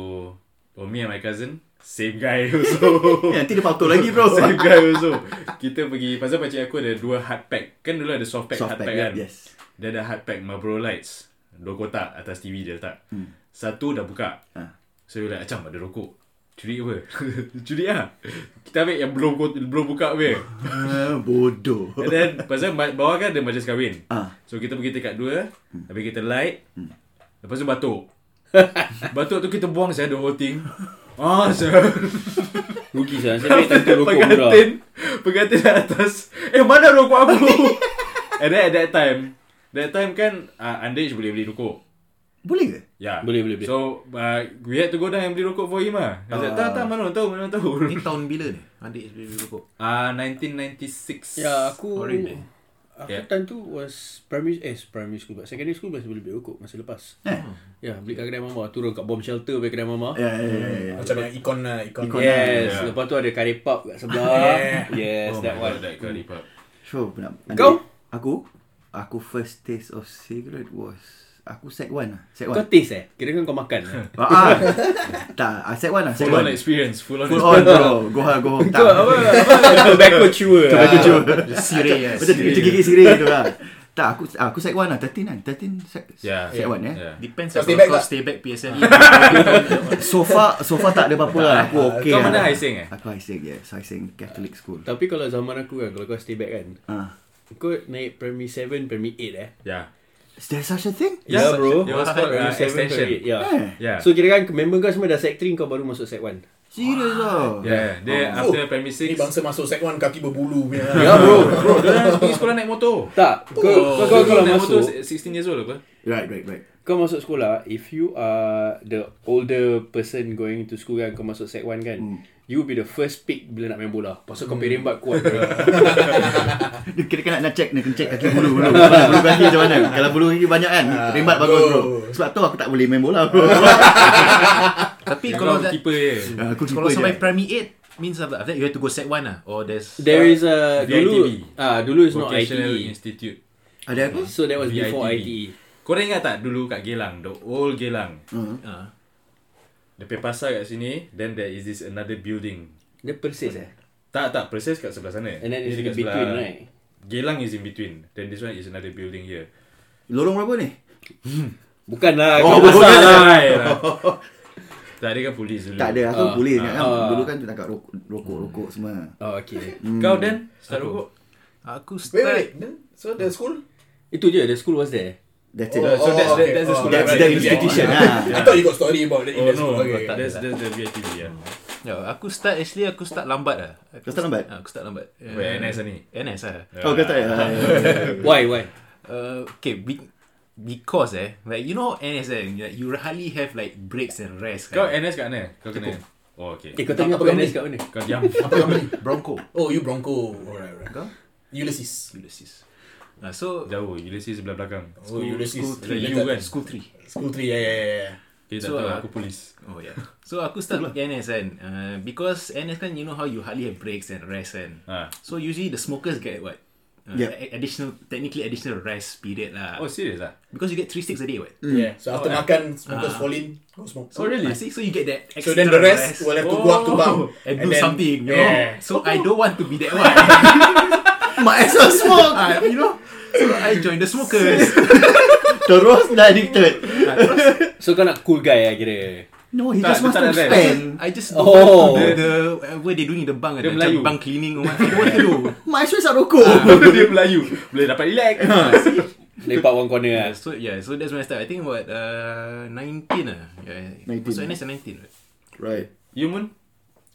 Or me and my cousin Same guy also
Eh, nanti dia patut lagi bro.
Same guy also Kita pergi Pasal pakcik aku ada dua hard pack Kan dulu ada soft pack,
Soft
hard pack,
pack, ya.
kan
yes.
Dia ada hard pack Marlboro Lights Dua kotak atas TV dia letak
Hmm.
Satu dah buka
Ah.
So we like Acam ada rokok Curi apa? Curi lah Kita ambil yang belum kot- belum buka punya
Ah, bodoh.
And then Pasal ma- bawah kan ada majlis kahwin
Ah.
So kita pergi tingkat dua
Hmm.
Habis kita light Lepas tu batuk Batuk tu kita buang saya the whole thing Ah, saya
Rugi saya. Saya beli tentu rokok murah.
pengantin pengantin kat atas eh mana rokok aku and then at that time that time kan uh, underage boleh beli rokok
Boleh ke?
Ya.
Boleh, boleh, boleh.
So, uh, we had to go down and beli rokok for him lah. Dia cakap, tak,
Ah.
tak, mana orang tahu, mana orang tahu.
Ni tahun bila ni? Adik SPB rokok.
Ah, 1996.
Ya, aku...
Orange, eh?
Aku
Yeah.
time tu was primary eh primary school but secondary school masih boleh beli rokok masih lepas.
Eh.
Ya, yeah, beli kat kedai mama. Turun kat bomb shelter beli kedai mama.
Ya, ya, ya, ya.
Macam yang ikon lah, ikon.
Ikon.
Yes,
Yeah.
lepas tu ada curry pub kat sebelah.
ya.
Yes,
Oh
that
my
one.
God, that curry pub.
So, pernah.
Kau?
Aku? Aku first taste of cigarette was Aku sec one lah Sec
Kau
one
taste eh? Kira kan kau makan. eh?
ah, ah. Tak ah, Sec one lah Sec
Full on
one
experience. Full on
Full
experience.
on bro Go home Go home
Kau apa? apa- Tobacco chewer. ah.
Tobacco chewer.
Sirih yes.
Macam macam gigit sirih tu lah Tak aku aku sec one lah 13 kan 13 sec,
Yeah.
sec one eh
Yeah.
Depends lah
Kau stay
kalau
back
kau
tak?
stay back PSLE
So far So far tak ada apa-apa lah Aku okay
Kau
lah.
mana Haising eh?
Aku Haising yes Haising Catholic school
Tapi kalau zaman aku kan, kalau kau stay back kan,
Ah,
kau naik primary 7, primary 8 eh.
Yeah.
Is there such a thing?
Yeah, bro.
It was called uh,
Primary seven, primary eight,
extension.
Yeah.
Eh,
Yeah.
So kira kan member kau semua dah sec 3 kau baru masuk sec 1.
serious lah.
Yeah. Then
Oh.
after primary 6.
Ni bangsa masuk sec 1 kaki berbulu punya.
Ya bro.
Bro, dia pergi sekolah naik motor.
Tak, kau Oh. kau kau kalau
naik motor
masuk
16 years old apa?
Right, right, right.
kau masuk sekolah if you are the older person going to school kan kau masuk sec 1 kan
Hmm.
you will be the first pick bila nak main bola pasal kau piring bat kuat
Dia kira-kira nak, nak check, nak kena check kaki bulu dulu. bulu kaki macam mana? Kalau bulu kaki banyak kan, rembat bagus bro.
bro.
Sebab tu aku tak boleh main bola bro.
Tapi
Yang
kalau
kau
that-
keeper je.
Ah, aku
kalau
keeper je.
sampai primary 8 means after that you have to go set 1 lah or there's
there is a dulu
VITB.
ah dulu is not
Vocational
ITE
Institute.
Ada apa?
so that was before E.
VITB.
ITE
Korang ingat tak dulu kat Geylang, the old Geylang?
Hmm. Ha.
Ah.
Depan pasar kat sini, then there is this another building.
dia persis eh
Tak, tak. Persis kat sebelah sana.
and then
Ini
it's in
dekat
between
sebelah-
right
Geylang is in between. Then this one is another building here.
Lorong berapa ni?
bukan lah
Oh,
kau
bukan.
besar lah.
tak ada kan polis dulu.
Tak ada, aku
Ah,
boleh ingat kan.
ah.
Dulu kan tu tangkap rokok- rokok-rokok semua.
oh okay
Kau dan start rokok.
Aku
Wait,
start
wait, wait. Then, So the school?
itu je the school was there
That's
Oh,
it.
So that's the- that's the school,
That's
right?
the
Yeah.
institution lah.
I thought you got story about that. in
Oh
the
no,
school. Okay, okay.
that's that's the VITB ya.
Ya, aku start actually aku start lambat lah. Aku
Kau start lambat?
Ah, aku start lambat.
Wait, NS lah ni?
NS lah.
Oh, kau tak
why why
Uh, okay, be, because eh, like you know NS eh, like, you hardly have like breaks and rest.
Kau
kan?
NS kat mana? Kau kena. Oh okay.
eh kau tanya apa NS kat mana
Kau diam.
Bronco.
Oh, you Bronco. Alright, alright.
Kau?
Ulysses.
Ulysses. Ah, so
Jauh, Ulysses sebelah belakang.
Oh, Ulysses.
school three.
You kan?
School 3.
School 3, yeah, yeah, yeah.
Dia
So,
tak tahu lah.
uh,
ah,
aku polis.
Oh yeah. So aku start with NS kan. Uh, because NS kan you know how you hardly have breaks and rest kan.
Ah.
So usually the smokers get what? Uh,
Yeah.
a- Additional, technically additional rest period lah.
Oh serious lah.
because you get three sticks a day what?
Yeah. So after
Oh,
makan, smokers fall in, go smoke.
So, I see. So you get that extra
So then the rest Oh. will have to go up to bunk.
and, do
then-
something, you
Yeah. Oh.
know. So I don't want to be that one.
Might as well smoke.
Ah, you know. So I joined the smokers.
Terus dah addicted.
so kau nak cool guy lah kira
No, he
Tak,
just wants
tak
to
ada rest.
spend.
I just
Oh.
don't want to do the whatever they doing in the bunk. Dia
Dia Melayu.
macam bunk cleaning or what. I don't want to do.
Might as well start rokok.
Dia Melayu. Boleh dapat relax.
lepak one corner lah
Yeah, so yeah, so that's when I start. I think what uh 19 ah. Yeah.
19.
So NS 19. Right?
Right.
You Moon?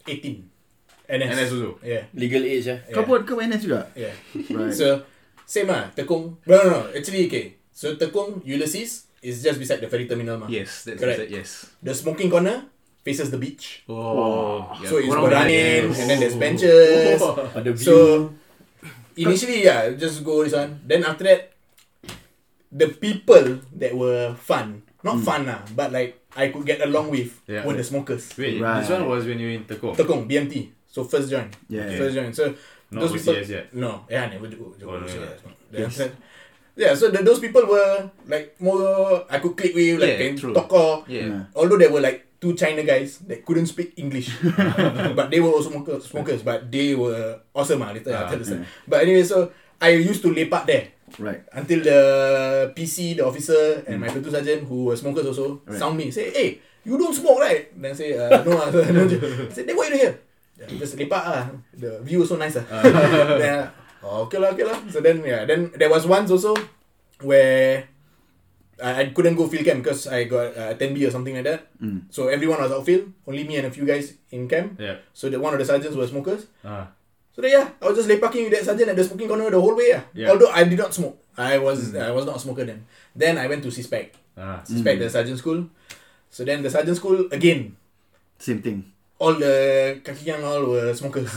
18. NS.
NS also.
Yeah.
legal age lah
Kau pun kau NS juga?
Yeah.
Right.
So, same ah, Tekong. No, no, no. Actually, okay. So, Tekong, Ulysses is just beside the ferry terminal mah.
Yes, that's
Correct.
correct. Yes.
The smoking corner faces the beach.
Oh. Yeah,
so, it's
korang
got
boleh-
running, and then there's benches.
on the view
So, initially, yeah, just go this one. Then after that, the people that were fun, not fun lah, but like I could get along with
Yeah.
were the smokers.
Wait,
Right.
this one was when you were in Tekong.
Tekong, BMT. So first join.
Yeah. Okay.
First join. So
Not
those
OCS
people.
yet.
No, yeah, I never do. do
Oh, no,
OCS.
no.
Yeah, so- yeah, so the, those people were like more I could click with, like
Yeah,
can
true.
talk or
Yeah.
although there were like two China guys that couldn't speak English, but they were also smokers, smokers but they were awesome. ah, Later, I'll tell the story. But anyway, so I used to lepak there
Right.
until the PC, the officer, and my platoon sergeant, who were smokers also,
Right.
sound me, say, hey, you don't smoke, right? Then I say, uh, no, I don't. I say, then what you do here? Yeah, Just lepak ah. The view also nice ah. then, oh, okay lah, okay lah. So then, yeah, then there was once also where I, I couldn't go field camp because I got uh, 10B or something like that. So everyone was outfield, only me and a few guys in camp.
Yeah.
So the, one of the sergeants were smokers.
Ah.
So then, yeah, I was just lay parking with that sergeant at the smoking corner the whole way. ah.
Yeah.
Although I did not smoke. I was I was not a smoker then. Then I went to CSPEC.
Ah.
CSPEC, the sergeant school. So then the sergeant school, again,
Same thing.
all the kaki yang all were smokers.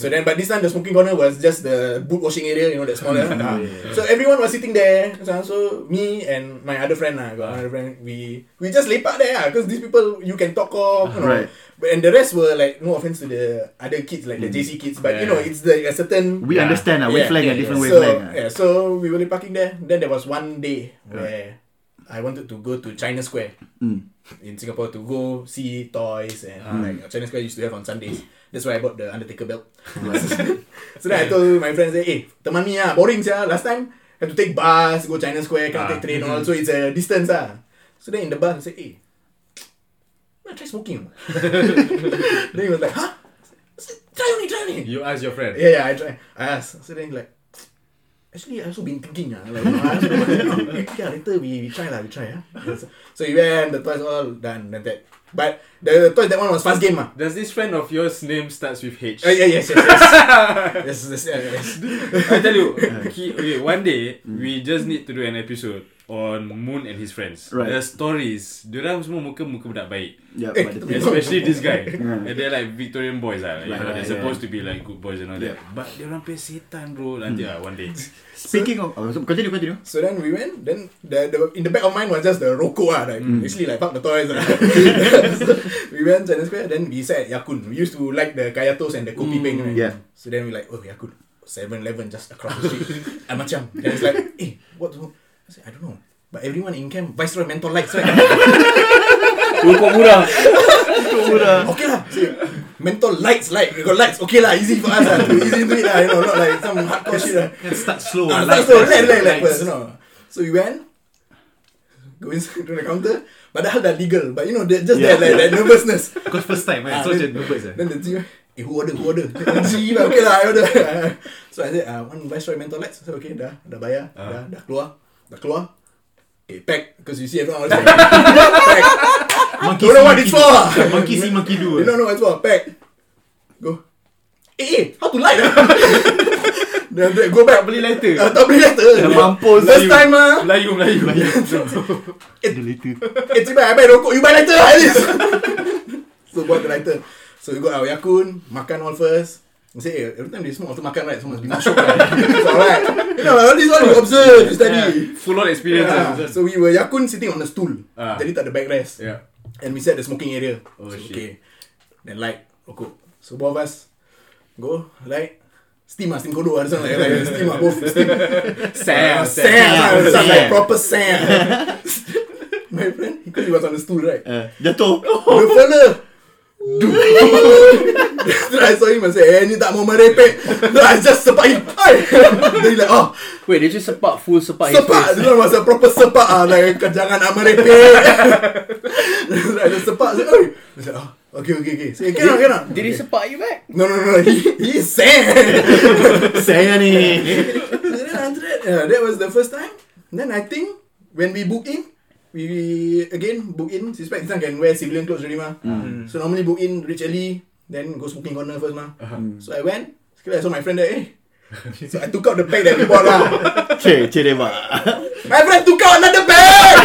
So then, but this time the smoking corner was just the boot washing area, you know, that small area. Ah. So everyone was sitting there. So, so me and my other friend, ah, got another friend, we we just lepak there because these people you can talk off, you know.
Right.
But, and the rest were like, no offense to the other kids, like the JC kids, but you know, it's the, a certain
We
Yeah.
understand lah.
Yeah,
Wavelength
yeah,
a different
so
wavelength. ah.
yeah, so we were parking there. Then there was one day where I wanted to go to China Square
Mm.
in Singapore to go see toys and like China Square used to have on Sundays. That's why I bought the Undertaker belt. so then I told my friends, hey, teman me ah, boring sia. Last time have to take bus, go China Square, cannot
Ah.
take train
mm-hmm.
all, so it's a distance ah. So then in the bus, I said, hey, wanna try smoking? or not?" then he was like, huh? I said, try only, try only.
You ask your friend.
Yeah, yeah, I try. I asked. So then like, actually, I also been thinking. ah, Like, I also been, yeah, later we, we try lah, we try. ah. So we went, the toys all done, and that. But the, the toys, that one was fast game. ah.
Does this friend of yours name starts with H?
Uh, yeah, yes, yes, yes. yes, yes, yes, yes.
I tell you, he, okay, one day we just need to do an episode on Moon and his friends.
Right.
The stories. Diorang semua muka muka budak baik.
Yeah,
Eh,
but the thing,
Especially this guy.
Yeah.
And they're like Victorian boys lah. Like, you
Right,
know,
right,
they're
yeah.
supposed to be like good boys and all that. But diorang play setan bro. Nanti lah one day.
speaking of, oh, so continue, continue.
So then we went. Then the, the in the back of mine was just the Roko ah, like basically like fuck the toys ah. so we went China Square. Then we sat at Yakun. We used to like the kaya toast and the kopi peng. Right?
yeah.
So then we like oh Yakun, 7-Eleven just across the street. I'm macam. Then it's like eh what? the- I said I don't know. But everyone in camp Viceroy mentor likes right.
Rokok murah.
okay lah. So, mentor lights light. We got lights. Okay lah. Easy for us lah. to- Easy to it lah. You know not like some hardcore shit lah.
Let's start slow.
Ah,
light, light,
so relax, relax,
light.
relax first, you know. So we went, go inside to the counter. Padahal dah legal, but you know, that, just that, like, that nervousness.
Because first time,
Ah,
kan? So macam nervous lah.
Then the team, eh, who order, who order? Then G lah, okay lah, I order. so I said, uh, one Viceroy Mental Lights. So okay, dah, dah bayar,
Uh-huh.
dah, dah keluar, dah keluar. Okay, pack, because you see everyone also. pack.
Monkey
Don't know
see,
what it's
monkey
for.
do. Monkey see, monkey do.
You don't know what's what, pack. Go. Eh, eh, how to light? ah? Then after that, go back.
Beli lighter.
Ah, tak boleh letter.
Dah mampus
First
you.
time ah.
Melayu, Melayu.
Eh, tiba I buy rokok, you buy lighter lah at least. so, buat the lighter. So, we got our yakun, makan all first. I say, eh, every time they smoke, also makan right? So, must be mushroom right? It's alright. You know, all this one you observe, you study.
Full on experience
Yeah.
lah.
So, we were yakun sitting on a stool.
Ah.
Jadi, tak ada backrest.
Yeah.
And we sat at the smoking area.
Oh,
so,
shit.
Okay. Then light, rokok. So, both of us go, light, steam ah, steam kodoh ah. This one like, like steam ah, both steam.
Sam.
Ah, Sam.
Sam.
Sam. Like
Sam.
proper Sam. My friend, because he was on the stool, right?
Uh, jatuh.
The fella. Dude. Then I saw him and said, eh, ni tak mau merepek. Then I just sepak him. Ay! Then he like, oh,
Wait, they just sepak full sepak. his
sepak.
face.
This one was a proper sepak. Ah, like, "Kau jangan nak merepek. Then I just sepak. Say, Oi. He said, oh, okay, okay, okay. Say, cannot, cannot.
Did he sepak you back?
No, no, no. He, he is Sam.
Saya ni.
So then after that, uh, that was the first time. Then I think when we book in, we, we again book in. Suspect this time can wear civilian clothes already mah.
Mm.
So normally book in reach early, then go smoking corner first mah.
Uh-huh.
So I went. Sekali I saw my friend there. Eh. So I took out the bag that we bought lah.
Cik, cik Dewa.
My friend took out another bag.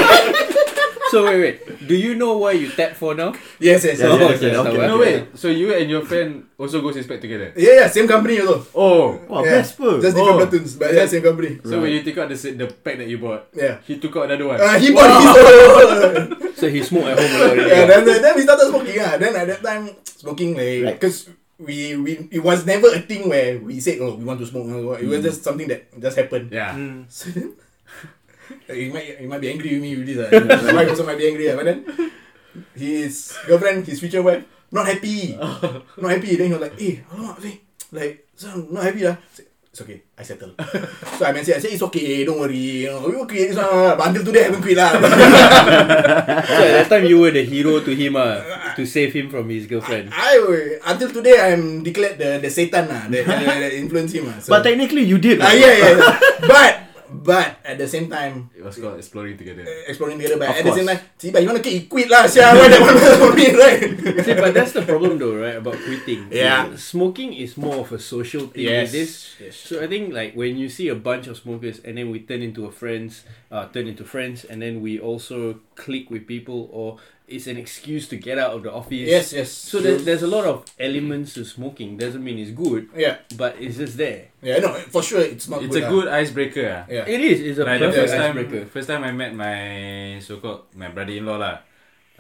So wait, wait. Do you know why you tap for now?
yes, yes, yes.
Yeah,
Yeah,
yeah.
yeah.
okay, okay.
eh?
No wait. So you and your friend also go suspect together?
yeah, same company also.
Oh.
Wah,
yeah.
best pun.
Just
Oh.
different platoons, but yeah, same company.
So when you take out the se- the pack that you bought,
Yeah.
he took out another one.
Uh, he bought his own.
So he smoke at home already.
yeah, then, then, then we started smoking ah. Then at that time smoking like
Right.
because we we it was never a thing where we said oh we want to smoke. or what. It was just something that just happened.
yeah.
So then, you might you might be angry with me with this. ah. My wife also might be angry. ah. But then his girlfriend, his future wife, not happy, not happy. Then he was like, eh, alamak, eh, like so I'm not happy lah. I said, It's okay, I settle. so I message, I said, it's okay, don't worry. You know, we okay, this one. ah. But until today, I haven't quit lah.
So at that time you were the hero to him ah, to save him from his girlfriend.
I will- until today I'm declared the the Satan lah that, that, that influence him ah. So.
But technically you did.
ah,
lah.
yeah, yeah, yeah. but but at the same time
It was called exploring together.
exploring together. But
Of
at the same
course.
time, see, but you wanna keep quit lah, Sia. Why that one was for me, right?
See, but that's the problem though, right? About quitting.
Yeah.
Smoking is more of a social thing.
Yes.
With this.
Yes.
So I think like when you see a bunch of smokers and then we turn into a friends, uh, turn into friends, and then we also click with people, or it's an excuse to get out of the office.
Yes, yes.
So there's, there's a lot of elements to smoking. Doesn't mean it's good,
yeah,
but it's just there.
yeah. No, for sure it's not.
It's
good
a
ah.
good icebreaker. ah.
Yeah.
It is. It's a
Like the
perfect
first time,
icebreaker.
first time I met my so-called my brother-in-law lah,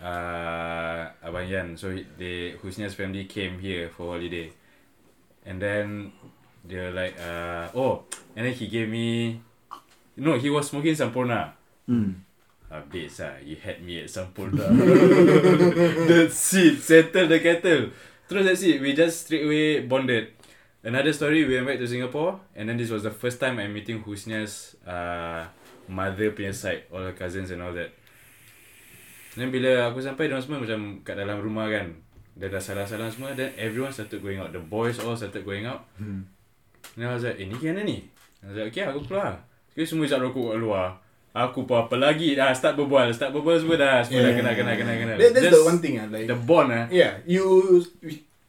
uh, Abang Yan. So he- they Husnia's family came here for holiday, and then they're like,
Hmm.
uh, oh, and then he gave me, no, he was smoking sampurna.
Mm.
Updates lah You had me at some point lah That's it Mm-hmm. Settle the kettle Terus that's it We just straight away bonded Another story We went back to Singapore And then this was the first time I'm meeting Husnia's uh, Mother punya side All her cousins and all that Then bila aku sampai Diorang semua macam Kat dalam rumah kan Dah dah salah-salah semua Then everyone started going out The boys all started going out
Hmm.
Then I was like, eh ni kena ni? I was like, okay aku keluar. Okay, semua hisap rokok kat luar. Aku pun apa lagi dah start berbual. Start berbual semua dah. Semua dah
Yeah.
kena, kena, kena, kena.
That, that's
Just
the one thing. ah, like,
The bond eh.
yeah, you,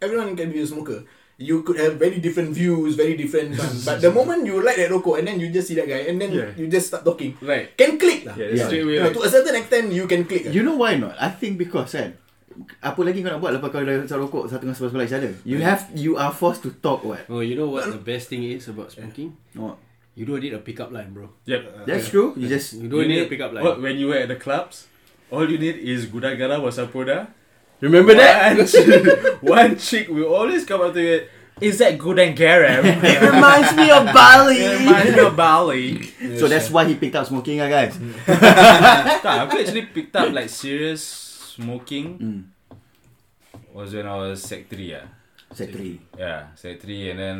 everyone can be a smoker. You could have very different views, very different. ones. but the moment you light that roko and then you just see that guy and then
Yeah.
you just start talking,
Right.
can click lah.
Yeah,
Yeah.
that's
Straight
right.
away.
You know,
Like,
to a certain extent, you can click. ah.
You know why not? I think because kan apa lagi kau nak buat lepas kau dah hisap rokok satu dengan sebelah-sebelah each other? You have you are forced to talk what?
Oh, you know what the best thing is about smoking?
No.
You don't need a pickup line, bro.
yep.
That's true. You just
You don't
You
need, a pickup line.
What, when you were at the clubs, all you need is Gudagara Wasapoda.
Remember
One chick, one chick will always come up to it. Is that Gudagara?
It reminds me of Bali.
Reminds me of Bali.
so that's why he picked up smoking ah guys.
tak, aku actually picked up like serious smoking
Hmm.
was when I was sec 3 ah.
Set three.
Yeah, sec 3 and then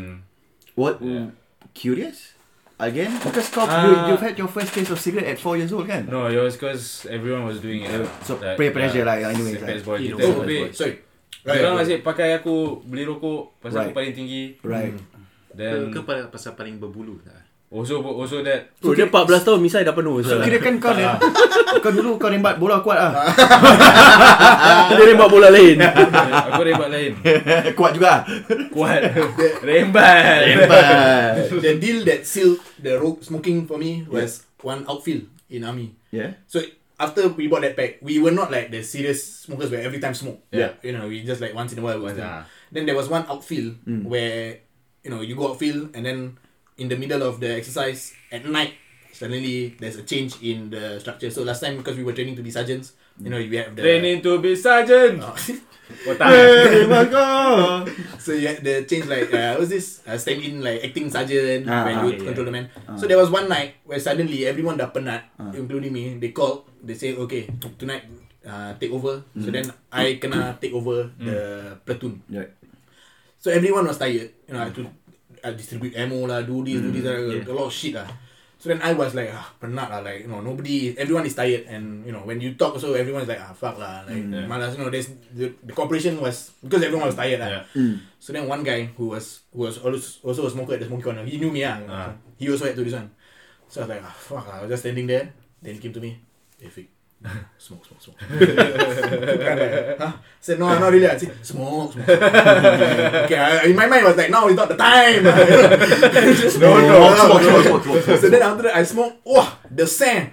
What?
Yeah.
Curious? Again? Because kau
Ah.
you, you've had your first taste of cigarette at 4 years old kan?
No, it was because everyone was doing it. lah.
So, peer pressure lah, anyway,
Sex
like,
Pets boy, kita
you know,
oh,
Sex
babe.
Pets
Sorry. Right.
Orang asyik pakai aku beli rokok pasal
Right.
aku paling tinggi.
Right.
Then
Ke pa- pasal paling berbulu tak?
also also that
Oh, dia 14 tahun misai dah penuh.
So kira kan kau dah, kau dulu kau rembat bola kuat ah.
dia rembat bola lain.
aku rembat lain.
kuat juga. ah.
Kuat. rembat.
Rembat.
the deal that sealed the rope smoking for me was one outfield in army.
Yeah.
So after we bought that pack, we were not like the serious smokers where every time smoke.
Yeah.
You know, we just like once in a while. Was
Once,
done.
ah.
Then there was one outfield
Mm.
where, you know, you go outfield and then in the middle of the exercise at night, suddenly there's a change in the structure. So last time because we were training to be sergeants, you know, we have the
Training to be sergeant.
Oh.
Otak.
Eh.
Rembat kau.
So you had the change like uh, what's this? Uh, stand in like acting sergeant
Ah,
when
ah,
you
yeah,
control the man.
Ah.
So there was one night where suddenly everyone dah penat, including me. They called. They say, okay, tonight uh, take over. So then I kena take over the platoon.
Mm. Right.
So everyone was tired. You know, I had to I distribute ammo lah, do this, do
Mm.
this, lah, a lot of shit lah. So then I was like, ah, penat lah, like, you know, nobody, everyone is tired and, you know, when you talk also, everyone's like, ah, fuck lah, like,
Mm.
malas, you know, there's, the, the corporation was, because everyone was tired lah.
Yeah.
So then one guy who was, who was also, also a smoker at the smoking corner, he knew me ah,
Ah.
he also had to this one. So I was like, ah, fuck lah, I was just standing there, then he came to me, Efik, smoke, smoke, smoke. huh? said, no, not really. I said, smoke, smoke. okay, I, in my mind, I was like, now is not the time.
No, no, smoke, smoke, smoke, smoke, smoke.
so then after that, I smoke. Wow, the sand.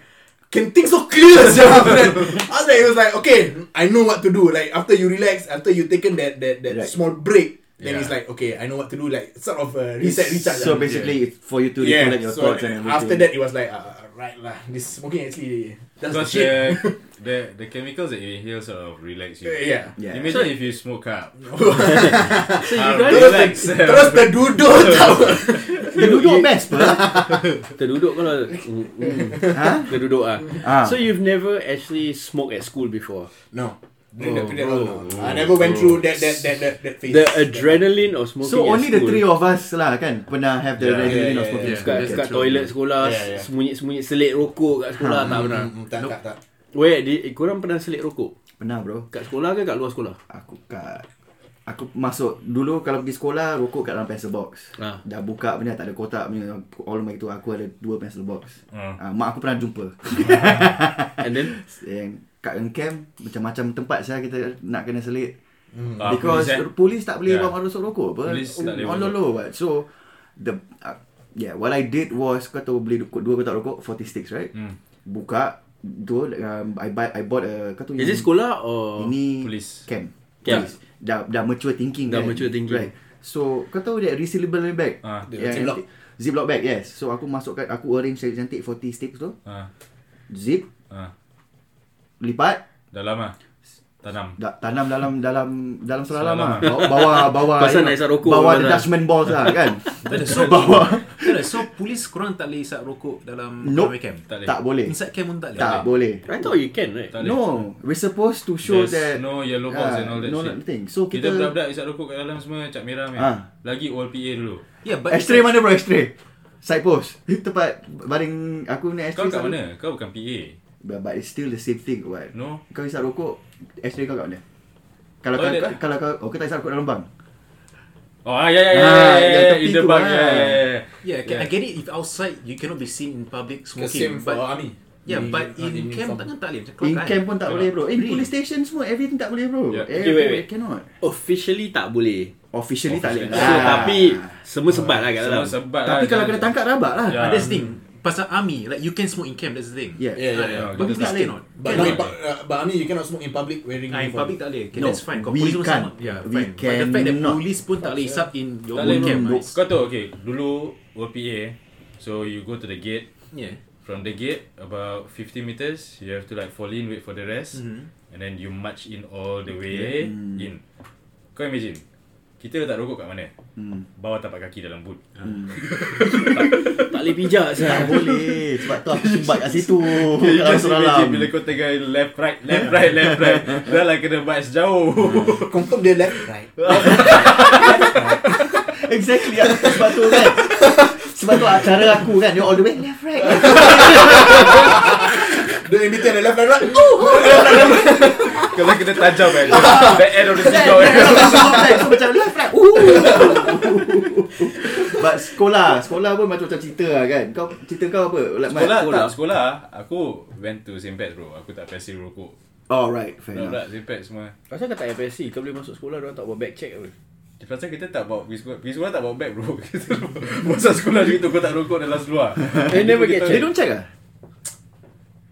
Can think so clear. sia. after that, after that, it was like, okay, I know what to do. Like, after you relax, after you taken that that, that
Right.
small break, then
Yeah.
it's like, okay, I know what to do. Like, sort of uh, reset, recharge.
So
lah.
basically it's for you to
yeah.
recollect your
so
thoughts and everything.
after that, it was like, uh, right lah, this smoking actually, that's the
Because
shit.
the, the the chemicals that you inhale sort of relax you.
yeah.
Yeah.
Imagine if you smoke up.
So you
Ah,
guys
Terus,
Relax.
terus the duduk tau.
You do your best, bro.
terduduk kalau mm, mm,
Ha?
terduduk ah.
Ah.
So you've never actually smoked at school before.
No.
During that period,
no.
no.
I never went through that that that that, that phase.
The adrenaline of smoking.
So only the
at school.
three of us lah kan pernah have the
Yeah.
adrenaline
Yeah,
of smoking
yeah,
school.
Kat,
kan?
kat toilet sekolah
Yeah, yeah.
Sembunyi-sembunyi selit rokok kat sekolah Tak pernah
Mm, mm, tak, tak, tak.
Wait, di, eh, korang pernah selit rokok?
Pernah bro.
Kat sekolah ke kat luar sekolah?
Aku kat Aku masuk Dulu kalau pergi sekolah Rokok kat dalam pencil box
Ha.
Ah.
Dah buka punya Tak ada kotak punya All my tu Aku ada dua pencil box
Ah.
Ah, Mak aku pernah jumpa
And then
Yang kat camp Macam-macam tempat saya Kita nak kena selit
Ah,
Because
police, eh?
police tak boleh
Yeah.
yeah. buat masuk rokok apa
Police tak boleh
On the
masuk.
low what So The uh, Yeah what I did was Kau tahu beli dua, dua kotak rokok 40 sticks right
Hmm.
Buka Tu um, I buy I bought a Kau tahu
Is it
yang-
sekolah or
Hmm. ini
Police.
camp.
Camp.
Police. Dah dah mature thinking
Dah
kan?
mature thinking.
Right. So kau tahu that resealable bag.
Ah,
Yang-
ziplock.
Ziplock bag yes. So aku masukkan aku arrange cantik 40 sticks tu.
Ah,
Zip
ah.
lipat
Dah lama. Tanam.
da, tanam dalam dalam dalam selalam
Selalam
lah. Bawa bawa you
Pasal nak
know,
hisap rokok
Bawa
pun
the
lah.
Dutchman balls lah kan.
Ada so
bawa
Ada So polis korang tak boleh isap rokok dalam dalam
Nope.
camp?
Tak boleh.
Tak boleh.
Inside camp pun tak boleh?
Tak boleh.
I thought you can, right?
Tak boleh.
No, we're supposed to show
There's
that
no yellow box
Ah,
and all that
no
shit.
nothing. So
Kita
kita-
budak-budak isap rokok kat dalam semua cap merah man.
Ah.
Lagi OLPA dulu.
Yeah, but
X-ray mana bro X-ray? Side post. Eh, Tempat baring aku ni
Kau kat
X-ray. selalu-
mana? Kau bukan PA.
But, but it's still the same thing what?
No.
Kau hisap rokok, X-ray kau kat mana? Kalau
Oh,
kau,
dia-
kau kalau kau oh, kau tak hisap rokok dalam bang.
Oh, ah, ya, ya, ya,
Ah,
ya,
yang
ya,
tepi
in the
tu,
bug,
ah.
ya, ya, ya.
Yeah, yeah, I
Yeah.
get it. If outside, you cannot be seen in public
The
smoking.
same for
But
army.
yeah,
They-
but
ah, they
in
need
camp
some-
takkan tak boleh. Macam
In
kelakar,
camp pun tak
Yeah.
boleh bro. In
Really?
police station semua everything tak boleh bro.
Yeah.
Eh,
Okay, wait, wait.
Cannot.
Officially tak boleh.
Officially tak boleh. Ah.
So,
Ah.
tapi semua sebat lah kat dalam.
Semua sebat lah.
tapi kalau kena
jangan-
tangkap rabak lah.
Ah,
Yeah.
That's the thing. Pasal army, like you can smoke in camp. That's the thing.
Yeah.
Yeah, yeah, yeah.
But police
kita
tak boleh.
cannot.
But,
Cannot.
no, but, uh, but army, you cannot smoke in public wearing
Ah, in
uniform.
public tak boleh. Okay,
No,
that's fine. Kau
we
police pun
can't.
sama. Yeah, fine.
We
But the fact that
cannot.
police pun tak boleh isap in your
Tak
own
boleh,
camp.
bro.
right?
Kau tahu, okay, dulu OLPA, so you go to the gate,
Yeah.
from the gate about 50 meters you have to like fall in wait for the rest mm-hmm. and then you march in all the way mm. in kau imagine kita letak rokok kat mana mm. bawah tapak kaki dalam boot
Tak boleh
Tak
pijak saya.
boleh. Sebab tu aku sumbat kat situ.
okay, you
Kalau
just
semalam.
imagine bila kau tengah left right left right left right dah lah kena march jauh
Confirm dia left, right.
Exactly lah. Sebab tu kan. Sebab tu acara aku kan. Dia all the way left right.
Dia in between the left and right.
kalau kena tajam kan back end of the seat kau kan
so macam left right. Ooh. But sekolah, sekolah pun macam-macam cerita lah kan. Kau cerita kau apa? Like my-
sekolah tak sekolah aku went to Simpet bro aku tak pasti rokok
Oh right, fair enough.
budak-budak Simpet semua
Pasal kau tak FSC, kau boleh masuk sekolah, orang tak buat back check apa.
Eh.
Pasal kita tak bawa pergi sekolah, pergi sekolah tak bawa beg bro. Masa sekolah gitu kau tak rokok dalam seluar.
They never get
They
checked.
don't check ah?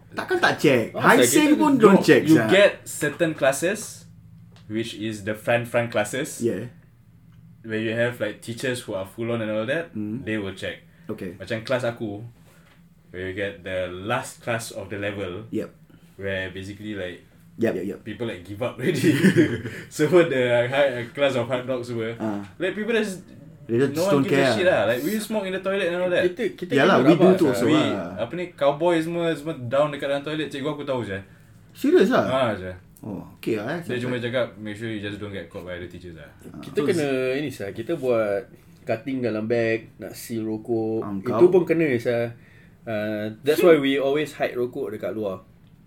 Takkan tak check.
Oh,
High
saya
sing
kira
pun
dia-
don't check.
You
sia.
get certain classes which is the front front classes
Yeah.
where you have like teachers who are full on and all that,
Mm.
they will check.
Okay.
Macam kelas aku where you get the last class of the level
Yep.
where basically like
Yep, yep, yep.
people like give up already. so the high, class of hard dogs were
Ah.
like people just
They just
no
don't
one gives
care.
a shit lah. Like we smoke in the toilet and all that.
Kita kita
Yalah,
kena
we do
rabak
too
lah.
also.
So, we,
ah.
apa ni cowboy semua semua down dekat dalam toilet cikgu aku tahu je.
Serius ah?
Ha je.
Oh, okay lah. eh.
Dia cuma cakap make sure you just don't get caught by the teachers lah.
Kita kena ini sah, kita buat cutting dalam bag, nak seal rokok.
Ah,
Itu
kau-
pun kena sah. Uh, that's why we always hide rokok dekat luar.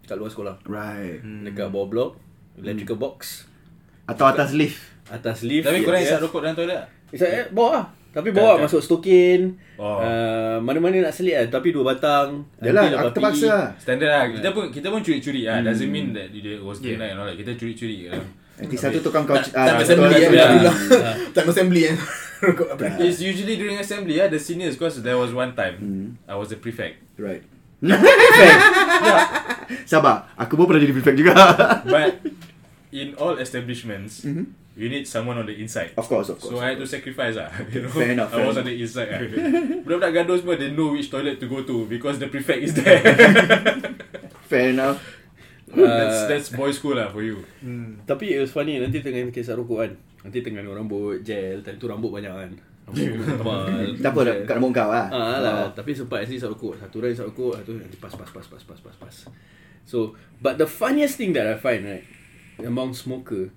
Dekat luar sekolah.
Right.
Dekat bawah blok, electrical
Hmm.
box,
Atau atas lift.
atas lift.
Tapi korang
Yes.
isap rokok dalam toilet tak?
Isap eh, bawa lah. Tapi bawa
Tak, tak.
masuk stokin.
Oh.
Uh, mana-mana nak selit lah. Tapi dua batang.
Yalah, aku
Nanti lepas
terpaksa
PE.
lah.
Standard lah. Kita pun kita pun curi-curi
Hmm.
lah. Doesn't mean that it was
Yeah.
clean yeah. and all that. Kita curi-curi kan.
Nanti satu tukang kau...
Time
ah,
assembly,
satu
eh.
orang
yeah.
assembly.
Bila- Time assembly, eh. Rokok apa?
It's usually during assembly ah the seniors because there was one time
Hmm.
I was the prefect.
Right. Sabar, aku pun pernah jadi prefect juga.
But in all establishments you need someone on the inside.
Mm-hmm. of course, of course.
So I had to sacrifice lah you know?
Fair enough,
I
fair
was on
enough.
the inside lah Budak-budak gaduh semua They know which toilet to go to Because the prefect is there
Fair enough.
Uh,
That's that's boy school lah for you
Tapi it was funny. Nanti tengah kisah rokok kan. Nanti tengah orang buat gel. Tadi tu rambut banyak kan. Rambut tebal.
Tak apa, nak- kat nombor kau lah.
Ah lah, tapi sempat actually isap rokok. Satu orang isap rokok, satu nanti pas pas pas pas pas pas pas. So, but the funniest thing that I find right among smoker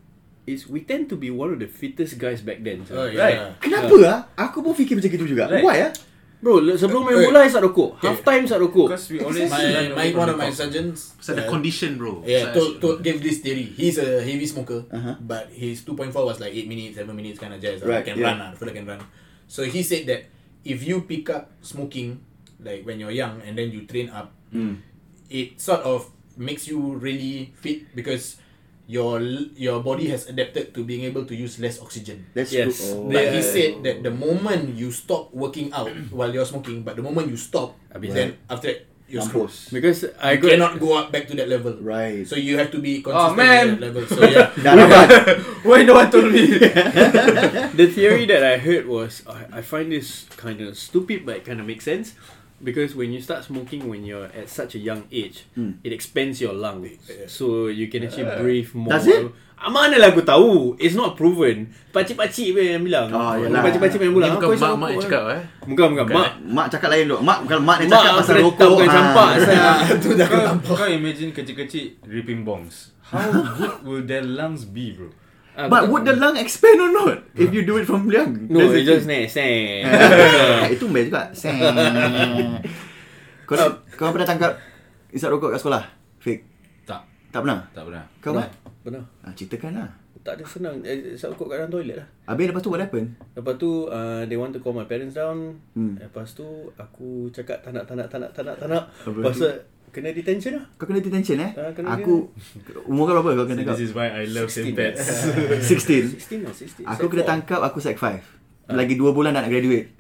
is we tend to be one of the fittest guys back then.
Oh,
Oh,
yeah.
Right.
Kenapa ah? Aku pun fikir macam itu juga.
Right.
Why ah?
Bro, le- sebelum main
Eh.
bola isap rokok, half time isap rokok.
Because we always
My, my, one of my
Because
sergeants.
So the
uh,
condition, bro. So I-
Yeah, to, to gave this theory. He's a heavy smoker,
Uh-huh.
but his 2.4 was like 8 minutes, 7 minutes kind of jazz.
Right,
Right, can
yeah.
run, ah, the fella can run. So he said that if you pick up smoking, like when you're young and then you train up, it sort of makes you really fit because your l- your body has adapted to being able to use less oxygen.
That's
Yes.
true. Oh.
But
Yeah.
he said that the moment you stop working out while you're smoking, but the moment you stop,
Habis.
then after that, you're screwed.
Mampus.
Because I
You
got
cannot go up back to that level.
Right.
So you have to be
Oh,
consistent
man.
with that level. So yeah.
Dah rapat.
Why no one told me
the theory that I heard was I, I find this kind of stupid but it kind of makes sense. because when you start smoking when you're at such a young age,
Mm.
it expands your lungs,
Yeah.
so you can actually breathe more.
Does it?
Ah, mana lah aku tahu? It's not proven. Pakcik-pakcik pun yang bilang.
Ah,
Bukan
yalah.
Pakcik-pakcik pun yang
Ni
bilang.
bukan
"Ah, kau isap
mak-mak
rokok
cakap
eh."
eh.
Bukan, bukan.
Bukan,
Mak,
Mak cakap lain dok. Mak kalau mak dia
mak
cakap
aku
pasal
dah
rokok. ah.
tampakkan campak. saya.
Itu dah kau
Kau,
nampak.
kau imagine kecil-kecil ripping bombs. How good will their lungs be, bro?
Ah,
But
bukan-
would the lung expand or not if you do it from young?
No,
That's the
it's just
thing.
nice. eh.
Ah, Itu best juga. Seng. Kau dah, kau pernah tangkap isap rokok kat sekolah? Fake.
Tak,
Tak pernah.
tak pernah.
Kau mat?
Benar.
Ah, ceritakan lah.
Tak ada senang. Eh, Isap rokok kat dalam toilet lah.
Habis lepas tu what happen?
Lepas tu uh, they want to call my parents down.
Hmm.
Hmm. Lepas tu aku cakap tak nak tak nak tak nak tak nak tak nak.
Apa?
Pasal kena detention lah.
Kau kena detention eh?
Ah, kena
aku umur kau berapa kau kena
This
tangkap?
is why I love Sempets.
16.
16 Eh, lah, 16.
Aku kena tangkap aku sec
Ah.
5. Lagi 2 bulan nak graduate.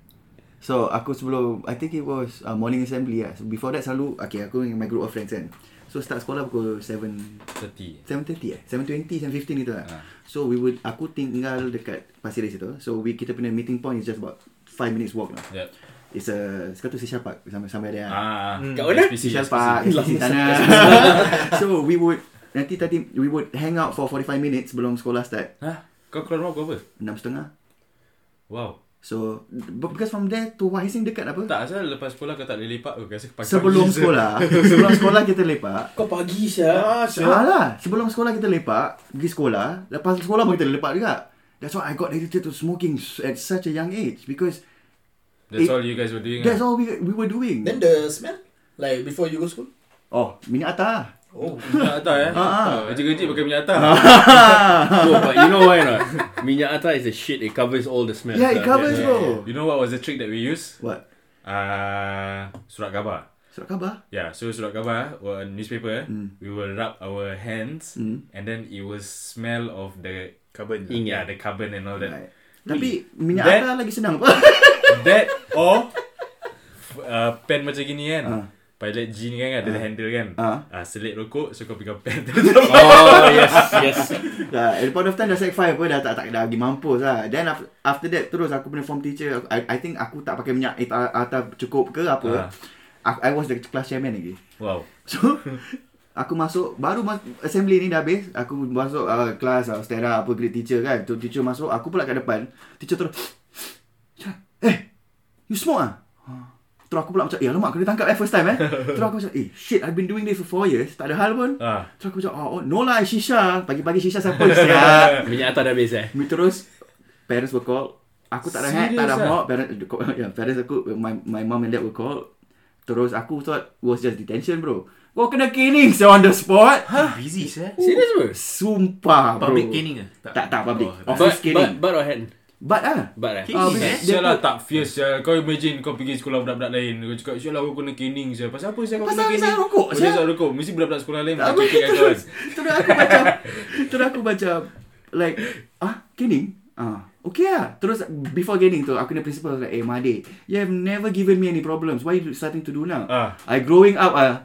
So aku sebelum I think it was uh, morning assembly lah. So, before that selalu okay aku dengan my group of friends kan. So start sekolah pukul 7
30.
7.30 eh 7.20 7.15 gitu lah
Ah.
So we would Aku tinggal dekat Pasir Ris itu So we kita punya meeting point Is just about 5 minutes walk lah
Yep.
It's a Sekarang tu Sisha Park Sampai, sampai ada ah,
Ah,
Hmm.
Kat mana?
SPC,
Sisha
SPC.
Park SPC Tanah So we would Nanti tadi We would hang out for 45 minutes Sebelum sekolah start
Hah? Kau keluar rumah pukul apa?
6.30
Wow.
So b- Because from there To Wahising dekat apa
Tak asal lepas sekolah kau tak boleh lepak ke? Kasi pagi-pagi
Sebelum
je.
sekolah Sebelum sekolah kita lepak
Kau pagi Syah.
Ah lah. Sebelum sekolah kita lepak, pergi sekolah, lepas sekolah pun kita lepak juga. That's why I got addicted to smoking s- at such a young age because
That's
Eh,
all you guys were doing.
that's
ah?
all we we were doing.
Then the smell? Like before you go school?
Oh, minyak atar.
Oh.
Minyak atas eh.
Ah, ah.
Kerja-kerja pakai minyak atas.
No, Oh, but you know why not? Minyak atar is the shit. It covers all the smells.
yeah, it
lah.
covers bro.
You know what was the trick that we use?
What?
Uh, surat khabar.
Surat khabar?
Yeah, so surat khabar or newspaper, eh,
Mm.
we will rub our hands
Hmm.
and then it will smell of the
Carbon.
Ing-
yeah, the carbon and all that.
Right. Tapi minyak
That-
atar lagi senang apa?
that or uh, pen macam gini kan.
Ah.
Pilot G ni kan ada handle kan.
Ah.
Ah, selit rokok so kau pegang pen.
Oh, yes, yes.
Dah, at the point of time dah sec 5 pun dah tak tak dah lagi mampus lah. Then after, after that terus aku punya form teacher, aku- I, I think aku tak pakai minyak atar, atar cukup ke
Ah.
apa. Aku, I was the class chairman lagi.
wow.
So Aku masuk Baru mas- assembly ni dah habis Aku masuk uh, kelas uh, Stera apa grade teacher kan Tu teacher masuk Aku pula kat depan Teacher terus Cakap, Eh You smoke ah? "Huh." Terus aku pula macam Eh alamak kena tangkap eh first time eh Terus aku macam Eh shit I've been doing this for 4 years Tak ada hal pun
Ah.
Terus aku macam oh, oh no lah Shisha Pagi-pagi Shisha siapa siap
Minyak atar dah habis eh.
Me terus parents were call. Aku tak ada hat, tak
Serious
ada
ah?
hot. Parents, yeah, parents aku, my my mom and dad were call. Terus aku thought was just detention bro. Kau kena caning so on the spot.
Busy sih.
Serious bro?
Sumpah bro.
Public caning ah?
Tak tak public.
Oh,
Office
But,
caning.
but, but or hand?
But ah.
But
Ah,
eh?
Caning,
but-
eh?
dia
Sial lah
pun-
tak fierce sial. Kau imagine kau pergi sekolah budak-budak lain. Kau cakap sial lah kau kena caning sial. Pasal apa sial kau
Pasal
kena caning?
saya rokok,
Pasal
sial.
saya rokok. Mesti budak-budak sekolah lain
Tak
macam
boleh
cekik kat kau. kan?
terus. Terus aku baca. Terus aku baca like ah caning. Ah, okay lah. Terus before caning tu aku ni principal like, eh Made, you have never given me any problems. Why you starting to do now?
Ah.
I growing up ah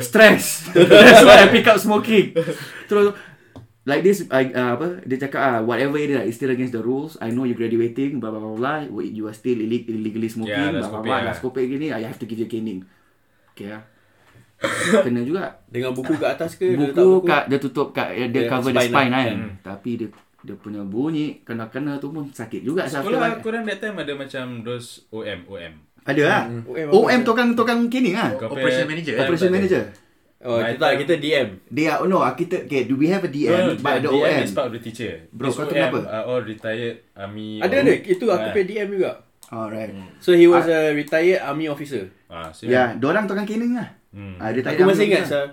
stress. That's why I pick up smoking. Terus like this I uh, apa dia cakap ah whatever it is like, it's still against the rules. I know you graduating blah blah blah blah. Wait, You are still illeg- illegally smoking
Yeah, dah
blah blah
skopek
blah.
lah.
Dah skopek gini. I have to give you caning. Okay lah. Kena juga
Dengan buku kat atas ke? Eh, Dia letak
buku kat dia tutup kat dia, dia
Dia
cover the
spine
spine
lah.
kan. Tapi dia dia punya bunyi kena-kena tu pun sakit juga saya
Sekolah
feel like.
korang that time ada macam dos OM, OM.
Ada lah.
OM apa?
OM tukang tukang caning ah.
Kau
Operation
pay-
manager,
time
Operation
tak ada.
manager.
Oh, kita, tak, kita DM.
They are no kita okay, do we have a DM but the
DM
OM.
is part of the teacher.
Bro,
This
kau tu
OM
kenapa?
are uh, all retired army.
Ada
or-
ada. Itu aku
Ah.
pay DM juga.
Alright.
So he was a retired army officer.
Ah, so
Ya, yeah, orang tukang caning lah.
Hmm.
Ah, dia tak
Aku
ada
masih
ambil
ingat
lah.
sah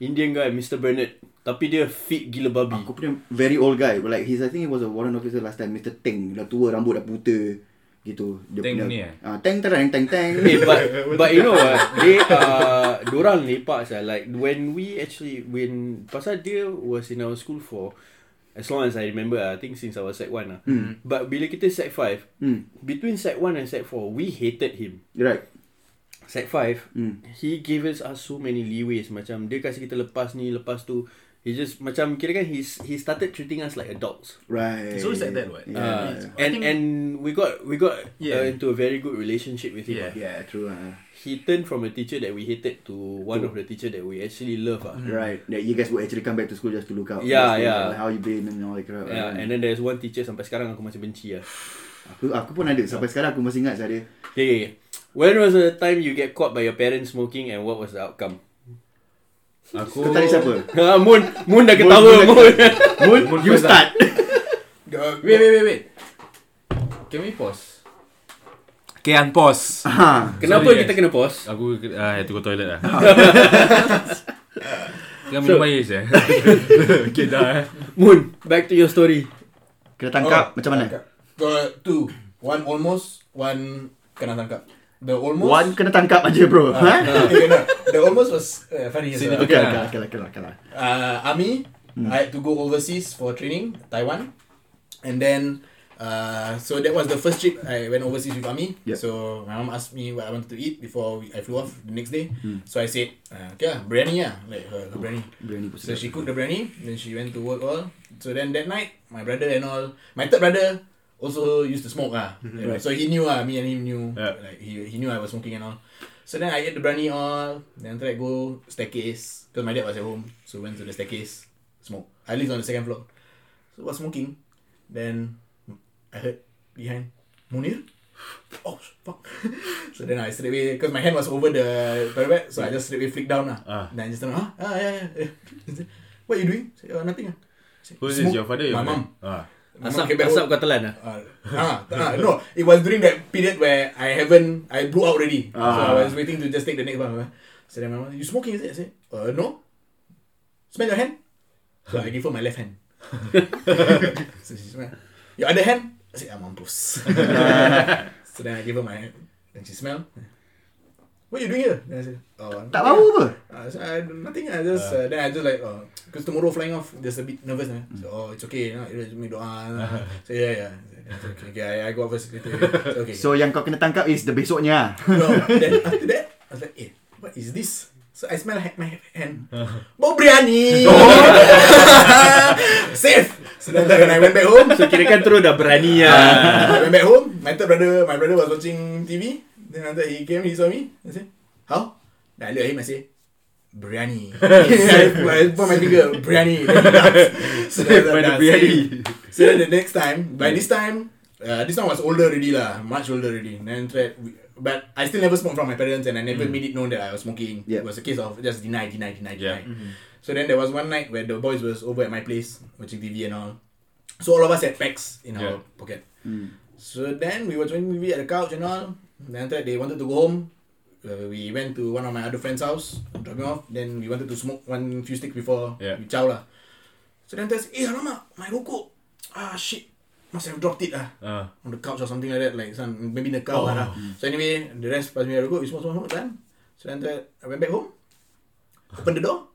Indian guy Mr. Bernard. Tapi dia fit gila babi.
Ah, Aku punya very old guy. Like he's I think he was a warrant officer last time, Mr. Teng. Dah tua, rambut dah buta gitu. Dia
Teng
punya-
ni eh?
Ah, Teng terang teng teng.
Eh, but but you know what? They uh, dorang lepak sah. Like when we actually when pasal dia was in our school for as long as I remember, ah, I think since I was sec one lah.
Hmm.
But bila kita sec five,
Hmm.
between sec one and sec four, we hated him.
Right.
Sec five,
Hmm.
he gave us, us so many leeways macam dia kasi kita lepas ni lepas tu He just macam kira kan he's he started treating us like adults.
Right.
It's always like that, what?
Yeah.
Uh,
Yeah. I
and
think-
and we got we got uh,
Yeah.
into a very good relationship with him.
Yeah.
yeah, true. Uh.
He turned from a teacher that we hated to one of the teacher that we actually love. ah.
Right. That you guys would actually come back to school just to look out. just
Yeah,
to
yeah.
look out How you been and all that crap.
Yeah, and then there's one teacher sampai sekarang aku masih benci ah.
aku aku pun ada sampai sekarang aku masih ingat saya ada.
Okay, okay. When was the time you get caught by your parents smoking and what was the outcome?
Aku
Kau tadi siapa?
Ah, Moon, Moon dah ketawa Moon.
Moon, you
first
start.
The-
Wait, wait, wait, wait.
Can we pause?
Okay, unpause.
ha.
Kenapa
Sorry,
kita
guys.
kena pause?
Aku ah, I had to go toilet lah. Tengah minum air je. eh? okay dah. eh.
Moon, back to your story.
Kena tangkap
Oh,
macam mana?
tangkap. Uh, two. One almost, one kena tangkap. The almost.
One kena tangkap aja bro. Ha?
okay, no. The almost was uh, funny as well.
Okay, okay, lah, okay, okay, okay, okay.
uh, army. I had to go overseas for training, Taiwan, and then uh, so that was the first trip I went overseas with army.
Yep.
So my mom asked me what I wanted to eat before we, I flew off the next day. So I said, uh, "Okay, lah, biryani ah, like her, her biryani."
Berani pun
So she cooked the biryani, then she went to work all. So then that night, my brother and all, my third brother also used to smoke ah. So he knew ah, me and him knew
Yeah.
like he, he knew I was smoking and all. So then I ate the biryani all. Then after that go staircase because my dad was at home, so went to the staircase smoke. I lived on the second floor, so was smoking. Then I heard behind Munir. Oh fuck! so then I straight away because my hand was over the parapet, so I just straight away flicked down lah.
Ah.
Then I just turned, huh? ah yeah yeah. what you doing? Say, oh, nothing. ah." Say,
Who's
"Smoke."
this? Your father? or Your
My mum.
mum. Ah.
My mum
Asap,
came back
asap
home.
kau telan ah.
Ah, ah, ah, no, it was during that period where I haven't, I blew out already. So I
Ah.
was waiting to just take the next one. ah. So then my mom, you smoking is it? I said, uh, no. Smell your hand. So I give her my left hand. so she smell. Your other hand? I said, I'm on mampus. so then I give her my hand. Then she smell. What you doing here? Then I said, oh,
Tak bau apa?
uh, so I, nothing, I just, uh, then I just like, oh, because tomorrow flying off, just a bit nervous. Eh? So, oh, it's okay, you know, just make doa. so, yeah, yeah. It's okay, okay, I, I go out first later. It's okay.
So yang kau kena tangkap is the besoknya.
no, then after that, I was like, eh, what is this? So I smell ha- my hand. Bau biryani! Safe! So then when I went back home,
So kira kan terus dah berani ah.
I went back home. My third brother, my brother was watching TV. Then after he came, he saw me. I said, "How?" Then I look at him. I say, "Biryani." I put my finger, biryani. Then he laughs. so then,
By the
then,
biryani.
So then the next time, by this time, uh, this one was older already lah, much older already. Then after that, we, but I still never smoked from my parents, and I never made it known that I was smoking.
Yeah.
It was a case of just deny, deny, deny,
Yeah.
deny. So then there was one night where the boys was over at my place watching TV and all. So all of us had packs in
Yeah.
our pocket.
Hmm.
So then we were watching TV at the couch and all. Then after that they wanted to go home. Uh, we went to one of my other friend's house, drop him off. Then we wanted to smoke one few sticks before
Yeah.
we chow lah. So then there's, eh alamak, my rokok. Ah shit, must have dropped it lah.
Ah.
On the couch or something like that, like some, maybe in the car oh. lah. So anyway, the rest pass me my rokok, we smoke, smoke, smoke, done. So then after that, I went back home, opened the door.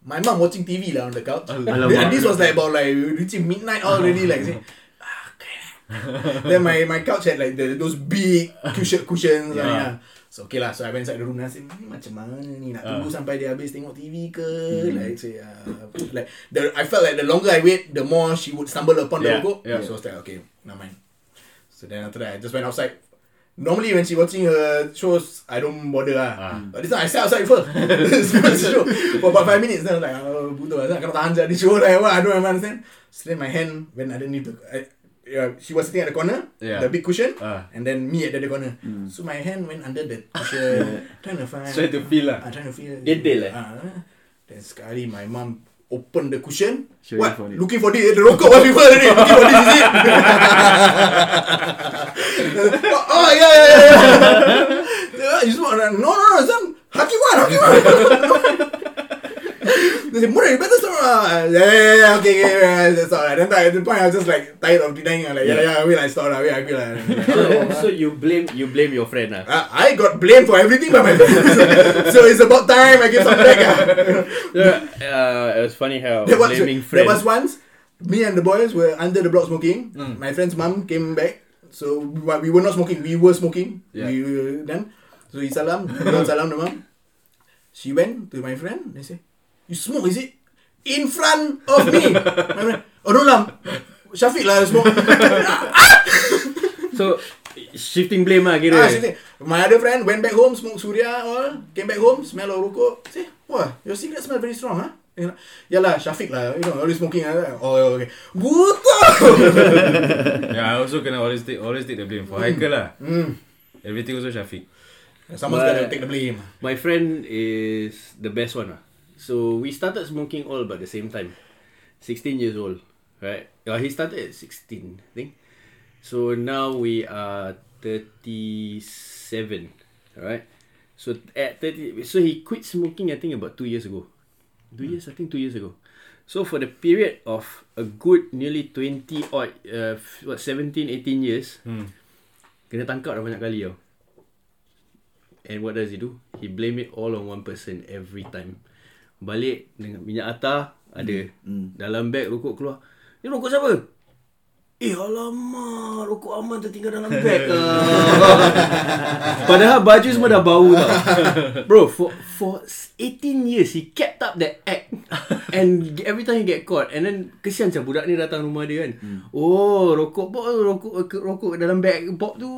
My mum watching TV lah on the couch.
Alamak.
And this was like about like reaching midnight already, like say, "Ah, then my, my couch had like the, those big cushion, cushions yeah.
Yeah.
lah. So okay lah, so I went inside the room and I said, hmm, macam mana ni nak
Ah.
tunggu uh. sampai dia habis tengok TV ke?
Hmm.
Mm. Like, say, uh, like the, I felt like the longer I wait, the more she would stumble upon
Yeah,
the logo.
yeah.
So I was like, okay, never mind. So then after that, I just went outside. Normally when she watching her shows, I don't bother lah.
Ah.
But this time I sat outside with her. So it's show for about five minutes. Then I was like, oh, butuh lah. Kena tahan je di show lah. What? I don't understand. So then my hand, when I didn't need to, I, yeah, she was sitting at the corner,
Yeah.
the big cushion,
Ah.
and then me at the other corner. So my hand went under the cushion, trying to find.
Try to feel lah.
Ah, trying to feel.
Detail eh?
Ah. Then sekali my mum open the cushion.
She
what?
waiting for it.
Looking for this. The rokok was before already. Looking for this, is it? oh, oh, yeah, yeah, yeah. yeah. you smoke? No, no, no. Some Hakim one, Hakim one. They say, Murray, you better stop. Uh, yeah, yeah, yeah, okay, okay, yeah, yeah, that's all right. Then at the point, I was just like tired of denying. I'm like, yeah, yeah, I will, I stop, I will, I will. I will.
So, Oh, so you blame you blame your friend ah.
Uh, I got blamed for everything by my friends. so it's about time I get some back. ah.
So, uh, it was funny how
there, was,
blaming
there
friend.
was once, me and the boys were under the block smoking. My friend's mum came back. So we, wa- we were not smoking, we were smoking.
Yeah.
We were done. So he salam, we all salam the mum. She went to my friend and say, You smoke, is it? in front of me. I went, oh no lah, Syafiq lah smoke.
So shifting blame lah kira.
ah, she said, my other friend went back home, smoked Surya all, came back home, smell of rokok. Say, wah, your cigarette smell very strong, huh? You know, Yeah lah, Syafiq lah, you know, always smoking. ah." Oh, okay. Buta!
yeah, I also can always take always take the blame for Haikal lah. Everything also Syafiq.
Someone's got to take the blame.
My friend is the best one. ah. So we started smoking all about the same time. 16 years old, right? Uh, he started at 16, I think. So now we are 37, alright? So at 30, so he quit smoking, I think, about two years ago. Two years, I think two years ago. So for the period of a good nearly 20 odd, uh, f- what, 17, 18 years, kena tangkap dah banyak kali tau. And what does he do? He blame it all on one person every time. Balik dengan minyak atar ada. Mm. Dalam beg rokok keluar. Ni rokok siapa? Eh alamak rokok aman tertinggal dalam beg lah. Padahal baju semua dah bau tau. Bro, for for 18 years he kept up that act. And every time he get caught and then kesian macam budak ni datang rumah dia kan. Hmm. Oh, rokok box tu, rokok rokok dalam beg box tu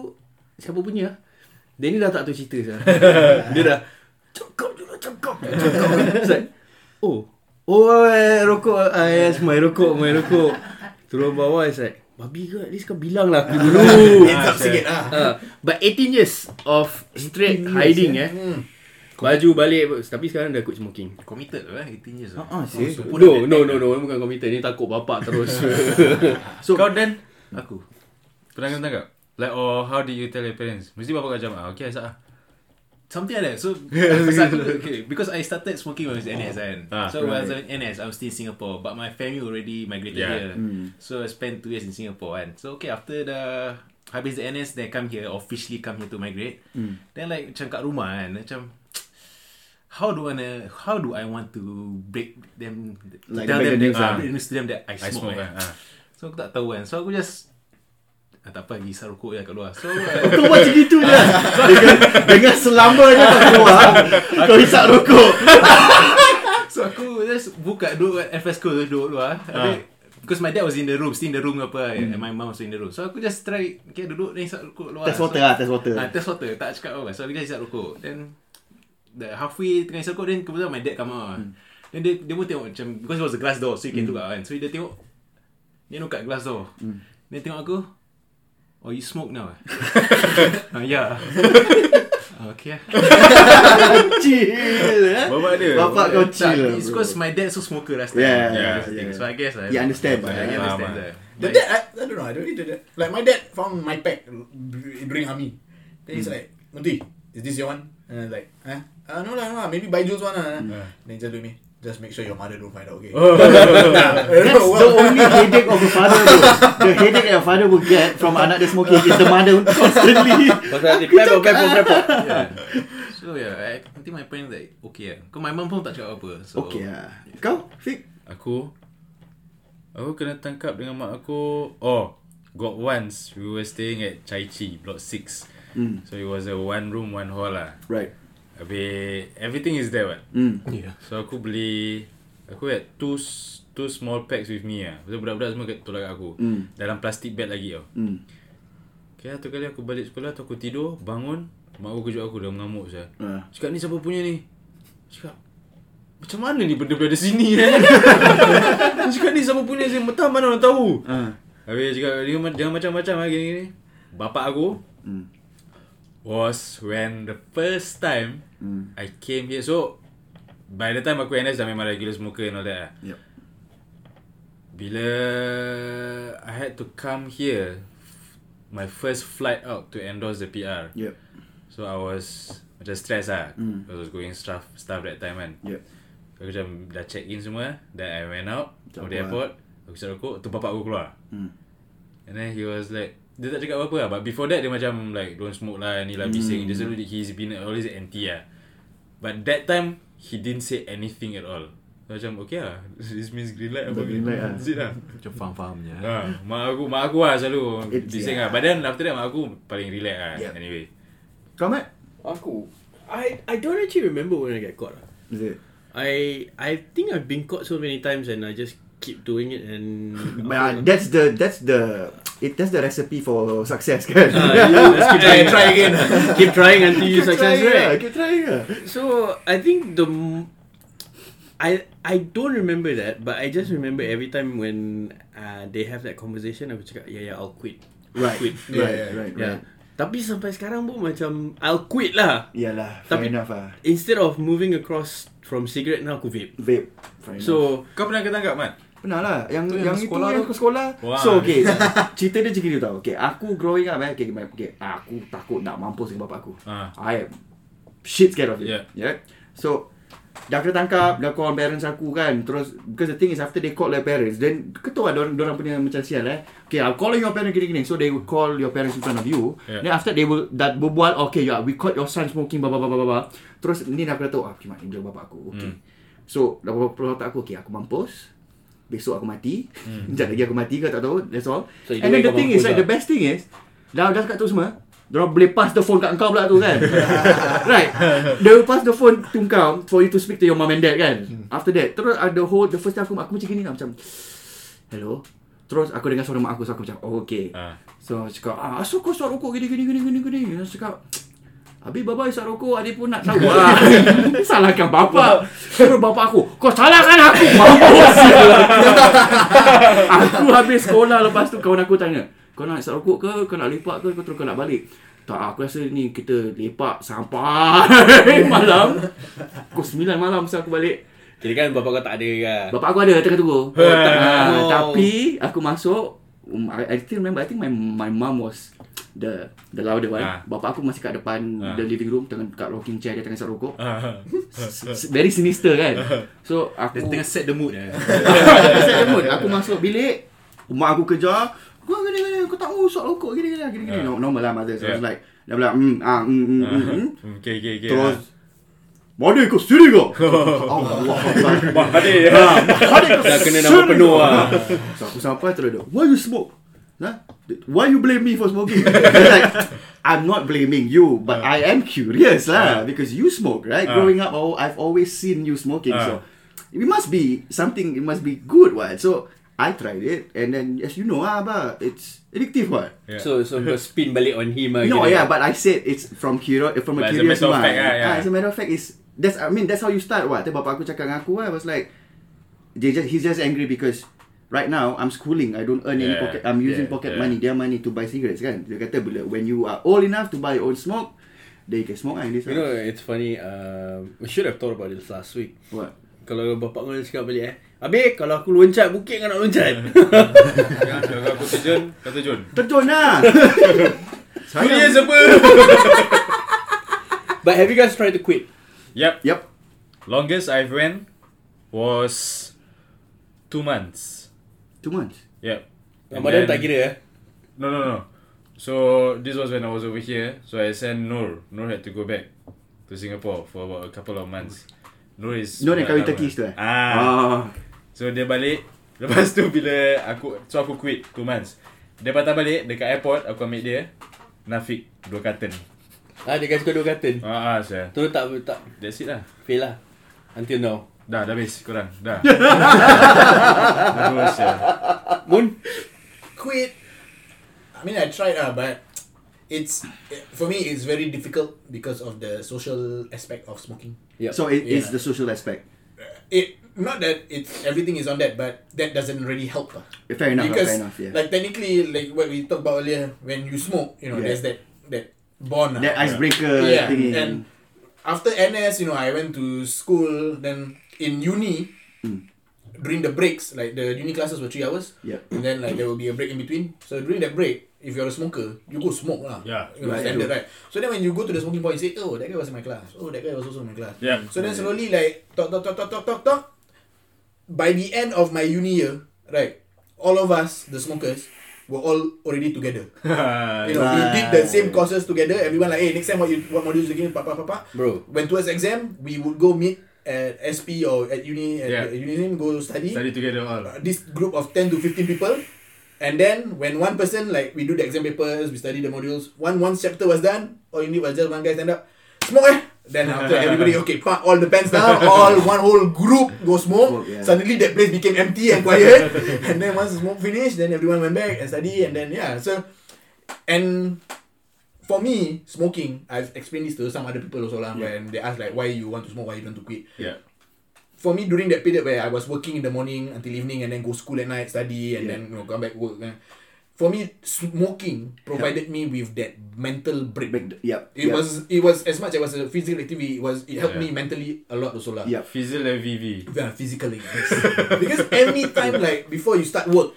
siapa punya? ah?" Dia ni dah tak tahu cerita sah. dia dah lah, cukup dulu cukup. Cukup. It's like, oh. Oh, eh, rokok. Ah, yes, my rokok, my rokok. Turun bawah is like, babi ke? At least kau bilang lah aku dulu.
Hands up sikit lah.
Ah, but 18 years of straight hiding eh.
Hmm.
Baju balik apa, tapi sekarang dah quit smoking.
Committed lah, 18 years old.
Ah, see?
No, no, no, no, bukan komputer ni takut bapak terus.
So,
Kau dan aku.
Pernah kena tangkap? Like or how did you tell your parents? Mesti bapak kau macam ah, okay Azak ah.
Something like that. So, pasal aku, okay, because I started smoking when I was in NS kan.
Ah,
so, when I was in NS, I was still in Singapore. But my family already migrated
Yeah.
here. So, I spent two years in Singapore kan. So, okay, after the... Habis the NS, then I come here, officially come here to migrate. Then like, macam kat rumah kan, macam... How do I wanna, how do I want to break them
Like
tell
break
them that,
the news
uh,
lah.
break the news to them that I
I
smoke,
smoke
kan.
kan. Ah.
So aku tak tahu kan. So aku just ah, tak apa pergi isap rokok je kat luar. So
kau buat macam itu je dengan, dengan selama je kau keluar Kau hisap rokok
So aku just buka duduk kat FS School tu duduk luar. Habis Because my dad was in the room, still in the room ke apa mm. And my mum was in the room So aku just try Okay duduk Then isap rokok luar
Test
So-
water lah, test water
Ah, test water Tak cakap apa So aku just isap rokok Then the Halfway tengah isap rokok Then kebetulan my dad come out mm. Then dia, dia pun tengok macam Because it was a glass door So you can look out kan So dia tengok Dia look kat glass door mm. Dia tengok aku Oh you smoke now uh, Yeah Ah, Okay lah
Chill eh?
Bapak dia.
Bapak kau
Tak,
chill lah,
It's
bro.
because my dad also smoker last time.
Yeah,
yeah,
that's the thing.
yeah.
So I guess I
He understands,
I
yeah.
understand
Faham,
that.
The
Like,
dad, I, I don't know, I don't really do that. Like my dad found my pack during army. Then he's like, Munti, is this your one? And I was like, huh? Uh, no lah, no lah, maybe Baiju's one lah. Then he just look at me, just make sure your mother don't find out, okay? Oh.
That's the only headache of a father bro. The headache that a father will get from anak dia smoking is the mother constantly.
Pasal dia pepok pepok pepok.
yeah. So yeah, I, I think my parents like okay lah. Kau my mum pun tak cakap apa. So
Okay lah. Kau, Fik?
Aku Aku kena tangkap dengan mak aku Oh Got once We were staying at Chai Chi Block 6
Mm.
So it was a one room one hall lah
Right.
Habis Everything is there what
Mm.
So aku beli Aku had two s- Two small packs with me lah Pasal budak-budak semua kat- tolak kat aku
Mm.
Dalam plastik bag lagi tau
Mm.
Okay satu kali aku balik sekolah tu aku tidur Bangun Mak aku kejut aku dah mengamuk saya
Ah.
Cakap ni siapa punya ni Cakap Macam mana ni benda berada sini eh Cakap ni siapa punya saya Entah mana orang tahu
Ah.
Habis dia cakap dia ma- jangan macam-macam lah gini-gini Bapak aku
Mm.
Was when the first time
Mm.
I came here So By the time aku NS dah memang regular smoker and all that lah
Yep.
Bila I had to come here My first flight out to endorse the PR
Yep.
So I was Macam stress lah
Mm.
I was going staff staff that time kan
Yep.
Aku macam dah check in semua Then I went out From
Cabut
the
lah.
airport Aku cakap rokok Tu bapak aku keluar
Mm.
And then he was like Dia tak cakap apa-apa lah But before that dia macam like Don't smoke lah Ni lah
Hmm.
bising Dia selalu He's been always anti lah But that time He didn't say anything at all So macam okay lah This means green light apa
Green light lah.
That's it lah
macam faham-faham je.
ha, Mak aku Mak aku lah selalu
It's-
Bising
yeah.
lah But then after that Mak aku paling relax lah
Yep.
Anyway
Kau, Mat?
Aku I I don't actually remember when I get caught. ah.
Is it?
I I think I've been caught so many times and I just keep doing it and
But uh, that's the that's the it that's the recipe for success kan.
Ah, yeah, let's keep trying,
try again.
keep trying until you
Keep
success,
trying lah,
right?
Keep trying lah.
So I think the m- I I don't remember that, but I just remember every time when uh, they have that conversation, aku cakap, yeah yeah, I'll quit,
Right.
quit,
Yeah,
Right,
yeah,
right,
yeah.
right.
Tapi sampai sekarang pun macam I'll quit lah.
Yalah, fair
Tapi-
enough ah.
Instead of moving across from cigarette now aku vape.
Vape. Fair enough.
So
Kau pernah kata tak, Mat?
Pernah lah
Tu
Yang,
yang
yang,
sekolah
itu yang
tu.
aku sekolah
Wah.
So okay Cerita dia macam gini tau Okay aku growing up eh okay, my, okay, Aku takut nak mampus dengan bapak aku
Ah.
I am Shit scared of it
Yeah.
So Dah kena tangkap Dah call parents aku kan Terus Because the thing is After they call their parents Then Ketua lah dorang, dorang punya macam sial eh Okay I'm calling your parents gini-gini So they will call your parents in front of you
Yeah.
Then after they will Dah berbual Okay yeah, we caught your son smoking blah blah blah blah blah. Terus ni dah kena tahu Ah okay, mak, ni dia bapak aku Okay
Hmm.
So dah berapa otak aku Okay aku mampus besok aku mati hmm. Sekejap lagi aku mati kau tak tahu That's all so,
So,
And
either
then
way
the
kau
thing is
mampus
like
lah.
The best thing is Dah dah kat tu semua Diorang boleh pass the phone kat kau pula tu kan Right They will pass the phone to kau For you to speak to your mom and dad kan
Hmm.
After that Terus ada the whole The first time aku Aku macam gini lah Macam Hello Terus aku dengar suara mak aku So aku macam Oh okay
Ah.
So aku cakap ah, Asal kau suara rokok gini gini gini gini gini Aku cakap Habis bapa isap rokok Adik pun nak tahu lah Salahkan bapa Terus bapa aku Kau salahkan aku Mampus Aku habis sekolah Lepas tu kawan aku tanya Kau nak isap rokok ke Kau nak lepak ke Kau terus kau nak balik tak, aku rasa ni kita lepak sampai malam. Pukul 9 malam masa aku balik.
kira kan bapak kau tak ada kan.
Bapak aku ada tengah tunggu.
tak
Ah,
tahu.
tapi aku masuk um, I, I still remember I think my my mum was the the louder one.
Ah.
Bapak aku masih kat depan
Ah.
the living room tengah kat rocking chair dia tengah isap rokok. S- Very
Ah.
sinister kan. So aku
Dia tengah set the mood eh.
set the mood. Aku masuk bilik mak aku kejar kau gini gini kau tak mau isap rokok gini gini gini gini.
Ah.
Normal lah mother. So I
Yeah.
was like dia bilang hmm ah hmm hmm hmm, hmm.
Okay, okay, okay.
Terus Mana kau sini kau? Allah Allah.
Mahadi.
Dah
Dah kena nama penuh lah.
So aku sampai terus dia, Why you smoke? Nah, why you blame me for smoking? They're like, I'm not blaming you, but I am curious lah because you smoke, right?
Ah.
Growing up, oh, I've always seen you smoking, so
Ah.
it must be something. It must be good, what? So I tried it, and then as you know, ah, bah, it's addictive, what?
Yeah.
So so kau spin balik on him lah.
No,
kira.
yeah, but I said it's from curio- eh, from a
But as a
curious
matter of
mind.
fact, ah, yeah.
Ah, as a matter of fact, is that's I mean that's how you start. What? Then bapak aku cakap dengan aku, eh, I was like, they just he's just angry because right now I'm schooling, I don't earn any
Yeah,
pocket, I'm using
yeah,
pocket
yeah.
money, their money to buy cigarettes kan. Dia kata bila when you are old enough to buy your own smoke, they can smoke. Ah, in this
You know, it's funny. Um, we should have thought about this last week.
what?
Kalau bapak kau cakap balik eh. Abi, kalau aku loncat bukit kau nak loncat.
Kalau aku terjun, kau terjun.
Terjun ah! lah.
Dia
Saya.
siapa?
But have you guys tried to quit?
Yep.
Yep.
Longest I've went was two months.
Two months.
Yep. And
Ramadan
then-
tak kira eh.
No, no, no. So this was when I was over here. So I sent Nur. Nur had to go back to Singapore for about a couple of months. Nur is
Nur yang kahwin
Arab,
Turkish tu eh?
Ah.
Ah.
So dia balik Lepas tu bila aku So aku quit 2 months Dia patah balik Dekat airport Aku ambil dia Nafik Dua carton
Ah, dia kasi kau dua curtain.
Ah, ah saya.
Terus tak tak
That's it lah
fail lah. Until now.
Dah dah habis korang Dah Terus ya.
Moon,
quit. I mean, I tried, uh, but it's for me. It's very difficult because of the social aspect of smoking.
So it is the
Yeah.
social aspect.
It not that it's everything is on that, but that doesn't really help. ah.
Fair enough. lah,
because
fair enough. Yeah.
like technically, like what we talked about earlier, when you smoke, you know,
Yeah.
there's that that bond. ah.
That icebreaker
yeah.
thingy.
And after NS, you know, I went to school. Then in uni, during the breaks, like the uni classes were three hours.
Hmm. Yeah.
And then like there will be a break in between. So during that break, if you're a smoker, you go smoke lah.
Yeah.
You know,
Right.
standard, right? So then when you go to the smoking point, you say, oh, that guy was in my class. Oh, that guy was also in my class.
Yeah.
So then slowly like talk talk talk talk talk talk talk. By the end of my uni year, right, all of us, the smokers, were all already together. You know, we did the same courses together. Everyone like, hey, next time what you what modules you getting? Pa pa pa pa.
bro.
When towards exam, we would go meet at SP or at uni at
Yeah.
at uni go study.
Study together all.
Uh, This group of ten to fifteen people, and then when one person like oh, we do the exam papers, we study the modules. One one chapter was done. All you need was just one guy stand up, smoke eh. Then after everybody, okay, park all the pens down, all one whole group go
Smoke,
smoke.
yeah.
Suddenly that place became empty and quiet. and then once the smoke finished, then everyone went back and study. And then yeah, so and for me, smoking, I've explained this to some other people also lah. When they ask like, why you want to smoke, why you don't to quit.
Yeah.
For me, during that period where I was working in the morning until evening and then go school at night, study and then you know, come back work. eh, For me, smoking provided me with that mental break.
Back, yep.
It
yep,
was it was as much as it was a physical activity. It was it helped
Yeah.
me mentally a lot also lah.
Yep.
Fizzle and VV.
Yeah, physically. yes. because any time like before you start work,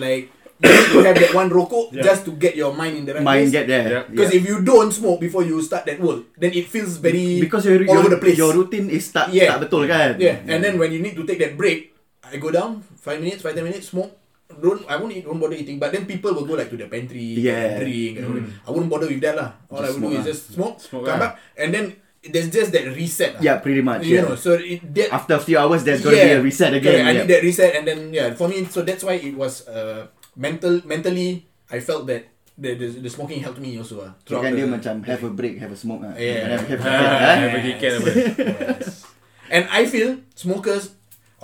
like you need to have that one roko
Yeah.
just to get your mind in the right
Mind
place.
get there.
Yep.
Because
yeah.
if you don't smoke before you start that work, then it feels very
because your, your,
all over the place.
your routine is tak
Yeah.
tak betul kan.
yeah. and then when you need to take that break, I go down five minutes, five ten minutes, smoke. Don't I won't eat, don't bother eating. But then people will go like to the pantry,
Yeah. Mm.
drink. and all that. I wouldn't bother with that lah.
Just
All I would do
smoke
is
lah.
just smoke,
Smoke
come
lah.
back, and then there's just that reset. lah.
yeah, pretty much.
you
Yeah.
know. So it that
After a few hours, there's gonna be a reset again.
Correct, I
yeah.
need that reset, and then yeah, for me, so that's why it was uh mental mentally. I felt that the the, the smoking helped me also. Uh,
So kan dia macam have a break, have a smoke ah.
Yeah.
Have, have,
Ah,
have,
have a kick and a-
And I feel smokers,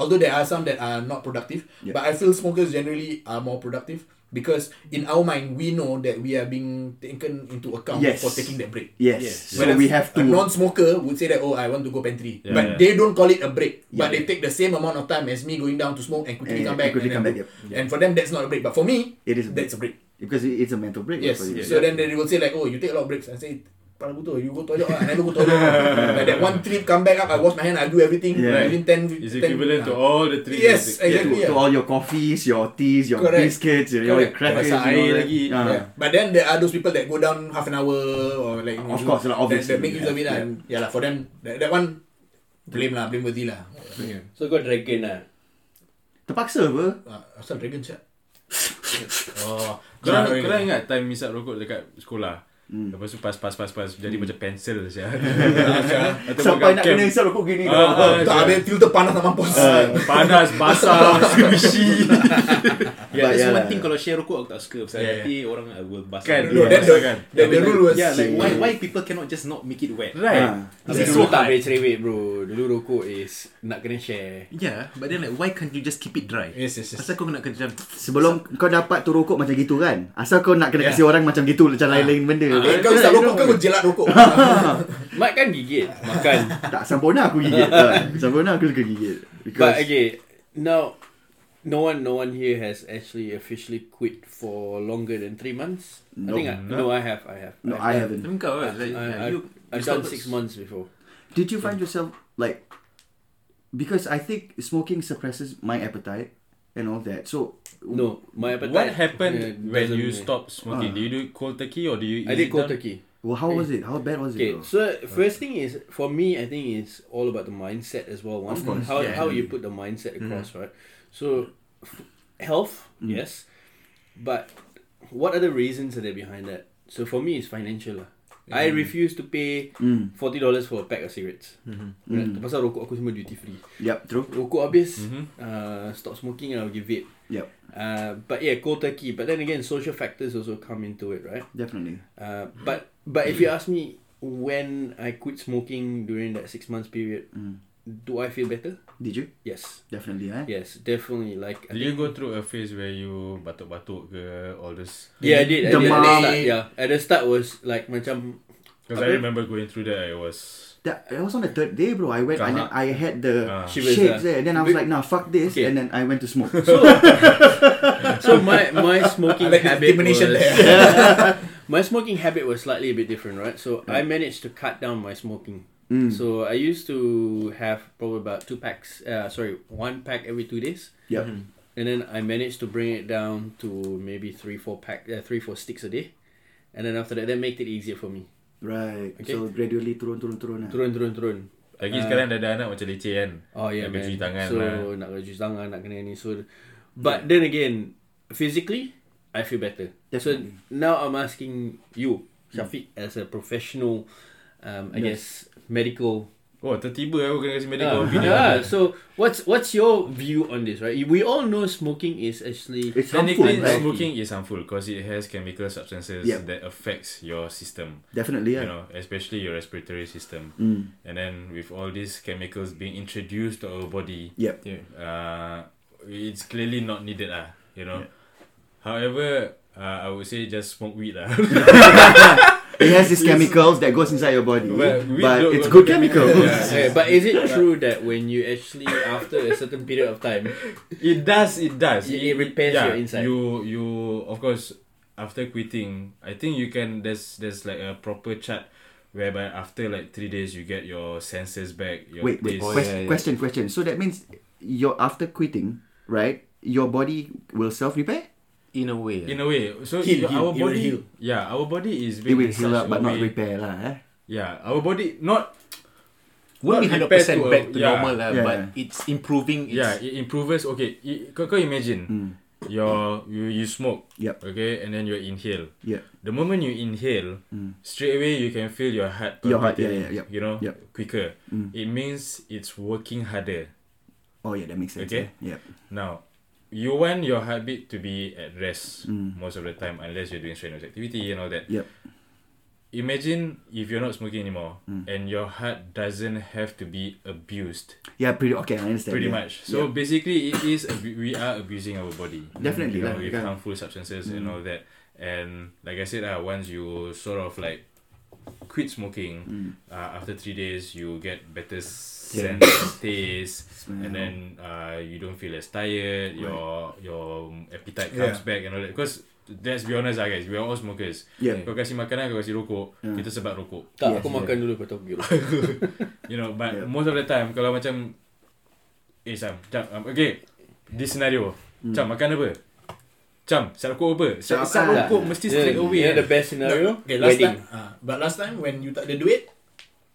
although there are some that are not productive,
Yeah.
but I feel smokers generally are more productive because in our mind we know that we are being taken into account
Yes.
for taking that break.
yes.
Yes.
So we have to
A non-smoker would say that oh I want to go pantry,
Yeah,
but
yeah.
they don't call it a break.
Yeah,
but they
yeah.
take the same amount of time as me going down to smoke and
Eh,
quickly come back.
quickly
and
come
then
back,
do- And for them that's not a break, but for me
It is a break.
that's a break.
because it- it's a mental break.
Yes.
for you.
So then they will say like, oh, you take a lot of breaks. I say, Parang buto, you go toilet. lah. I never go toilet. lah. like that one trip, come back up, I wash my hand, I do everything
Yeah.
within 10
It's
10
equivalent to
ah.
all the three.
Yes,
to,
exactly.
to
yeah.
all your coffees, your teas, your
Correct.
biscuits, your, your
Correct.
Masak
crackers, and all
air
that.
lagi.
Ah.
Yeah. But then there are those people that go down half an hour or like you know,
Of course lah, obviously,
that, that make use of it
yeah.
lah. and yeah lah for them that, that one blame lah blame worthy lah
So kau dragon lah.
Terpaksa apa?
uh, asal dragon siap
Oh,
Jangan
korang,
really.
korang ingat time misap rokok dekat sekolah?
Hmm.
Lepas tu pas pas pas pas jadi
Hmm.
macam pensel saja. Atau
Sampai
pegang
nak
cam.
kena hisap rokok
Ah,
gini. kau.
ah,
tak
siap.
ada filter panas nak mampus
Ah, panas basah squishy.
Yeah,
But
that's
yeah
Ya, one
lah.
thing kalau share rokok aku tak suka pasal
Yeah,
yeah, nanti orang I will basah.
Kan,
no,
Yeah,
then the,
kan.
then the rule
Ya.
was
Yeah, like why
Yeah.
why people cannot just not make it wet?
Ah.
Right.
Tapi
It's so
dulu
hard.
tak boleh cerewet bro. Dulu rokok is nak kena share.
Yeah, but then like why can't you just keep it dry?
yes yes yes
Pasal kau nak kerja
Sebelum kau dapat tu rokok macam gitu kan Asal kau nak kena kasih orang macam gitu Macam lain-lain benda
eh, kau
Kan,
isap
you
rokok ke
know,
kau jelak rokok
Mat kan gigit. Makan.
Tak sempurna aku gigit kan. Sempurna aku suka gigit Because
But okay, now no one no one here has actually officially quit for longer than three months. I
No.
think I, no, I have, I have.
No
I've
I
done-
haven't
Tapi kau kan, like,
I,
yeah,
I've,
you,
I've done six months before.
Did you find yourself like because I think smoking suppresses my appetite and all that. So
No, my appetite.
What happened
uh,
when
doesn't-
you stopped smoking?
Ah.
Do you do cold turkey or do you? is
I did
it
cold
done-
turkey.
well, how was it? How bad was it?
Okay,
though?
so first thing is for me, I think it's all about the mindset as well. One,
Of course, Mm.
how
yeah.
how you put the mindset across, right? So, f- health, yes, but what are the reasons that are behind that? So for me, it's financial. lah. I refuse to pay
Mm.
forty dollars for a pack of cigarettes.
Mm-hmm.
Right? Pasal rokok aku semua duty free.
Yep, true.
Rokok habis,
Mm-hmm.
uh, stop smoking and I'll give vape.
Yep,
Uh, but yeah, cold turkey. But then again, social factors also come into it, right?
definitely.
Uh, but but if you ask me when I quit smoking during that six months period, do I feel better?
Mm. Did you?
Yes,
Definitely, eh?
yes, definitely. Like I
Did you
think-
go through a phase where you batuk-batuk ke all this?
yeah, I did. I
The
did. At the
mark.
start, yeah, at the start was like macam
Because I
Apa?
remember going through that. I was
That, that was on the third day, bro. I went. I,
Kahak.
I had the
Ah.
Shivers,
shakes
ah.
there, and then I was
Be-
like, "Nah, fuck this,"
Uh-huh. Okay.
and then I went to smoke.
so. so my my
I
smoking
like the
habit was,
determination there Hmm.
my smoking habit was slightly a bit different, right? So I managed to cut down my smoking.
Mm.
So I used to have probably about two packs. Uh, sorry, one pack every two days.
yep.
Hmm.
and then I managed to bring it down to maybe three, four pack, uh, three, four sticks a day, and then after that, that made it easier for me.
Right.
Okay.
So gradually turun, turun, turun. lah.
Turun, turun, turun.
lagi
Ah.
sekarang dah ada anak macam leceh kan.
Oh yeah,
Nak kena
man.
cuci tangan
so
lah.
nak kena cuci tangan, nak kena ni. So, but then again, physically, I feel better.
Definitely.
So now I'm
Hmm.
asking you, Shafiq, as a professional, um, I guess medical
Oh, tertiba aku kena kasi medical
Yeah.
opinion.
yeah. So what's what's your view on this, right? We all know smoking is actually
It's harmful,
Technically,
right?
smoking is harmful because it has chemical substances
Yep.
that affects your system.
Definitely, yeah.
You know, especially your respiratory system.
Mm.
And then with all these chemicals being introduced to our body,
Yep.
Yeah.
uh, it's clearly not needed lah. You know. However, uh, I would say just smoke weed ah. lah.
It has these chemicals that goes inside your body,
Well, we
but
don't-
it's good chemical.
Yeah.
Okay, Eh, but is it true that when you actually after a certain period of time,
It does. It does.
It- it repairs your inside.
You you of course after quitting, I think you can. There's there's like a proper chart whereby after like three days you get your senses back. Your
Wait,
taste.
wait.
Oh,
quest-
yeah, yeah.
Question, question. So that means your after quitting, right? Your body will self repair.
In a way.
In a way, so you-
Heal, heal,
our
it will
body,
heal.
yeah, our body is
It
built
will
in
heal
such
up,
a
but not
way-
repair, lah. Eh?
Yeah, our body not
Won't be
Not
100%
repaired to a-
back to
yeah.
normal lah,
Yeah,
but
yeah.
it's improving. It's,
yeah it improves. Okay, it, kau, kau imagine
Mm.
your you you smoke.
Yep.
Okay, and then you inhale.
Yeah.
The moment you inhale,
Mm.
straight away you can feel your heart
Your heart, yeah,
palpitating,
yeah, yeah.
you know,
Yep.
quicker.
Mm.
It means it's working harder.
Oh yeah, that makes sense.
Okay.
Yeah. Yep.
Now, you want your heartbeat to be at rest
Mm.
most of the time, unless you're doing strenuous activity and all that.
Yep.
Imagine if you're not smoking anymore
Mm.
and your heart doesn't have to be abused.
Yeah. Pretty okay. I understand.
pretty
yeah.
much. So
Yeah.
basically, it is abu- we are abusing our body.
Definitely,
you know,
lah, Mm.
with
kan.
harmful substances and all that. And like I said, uh, once you sort of like quit smoking,
Mm.
uh, after three days you get better
Yeah.
sense of taste. And
Smell.
then uh, you don't feel as tired. Your your appetite comes
Yeah.
back and all that. Because let's be honest, ah guys, we are all smokers.
Yeah.
Kau kasih makanan, kau kasih rokok,
Yeah.
kita sebab rokok.
tak
Yes,
aku
yeah.
makan dulu kau tahu gitu.
You know, but
Yeah.
most of the time kalau macam Eh Sam, Cam, um, okay This scenario Cam, makan apa? Cam, sat rokok apa? Sat,
Cam,
sat
ah.
rokok mesti straight
Yeah,
away
yeah,
eh.
the best scenario.
Okay, last
wedding.
time, ah, but last time when you tak ada duit,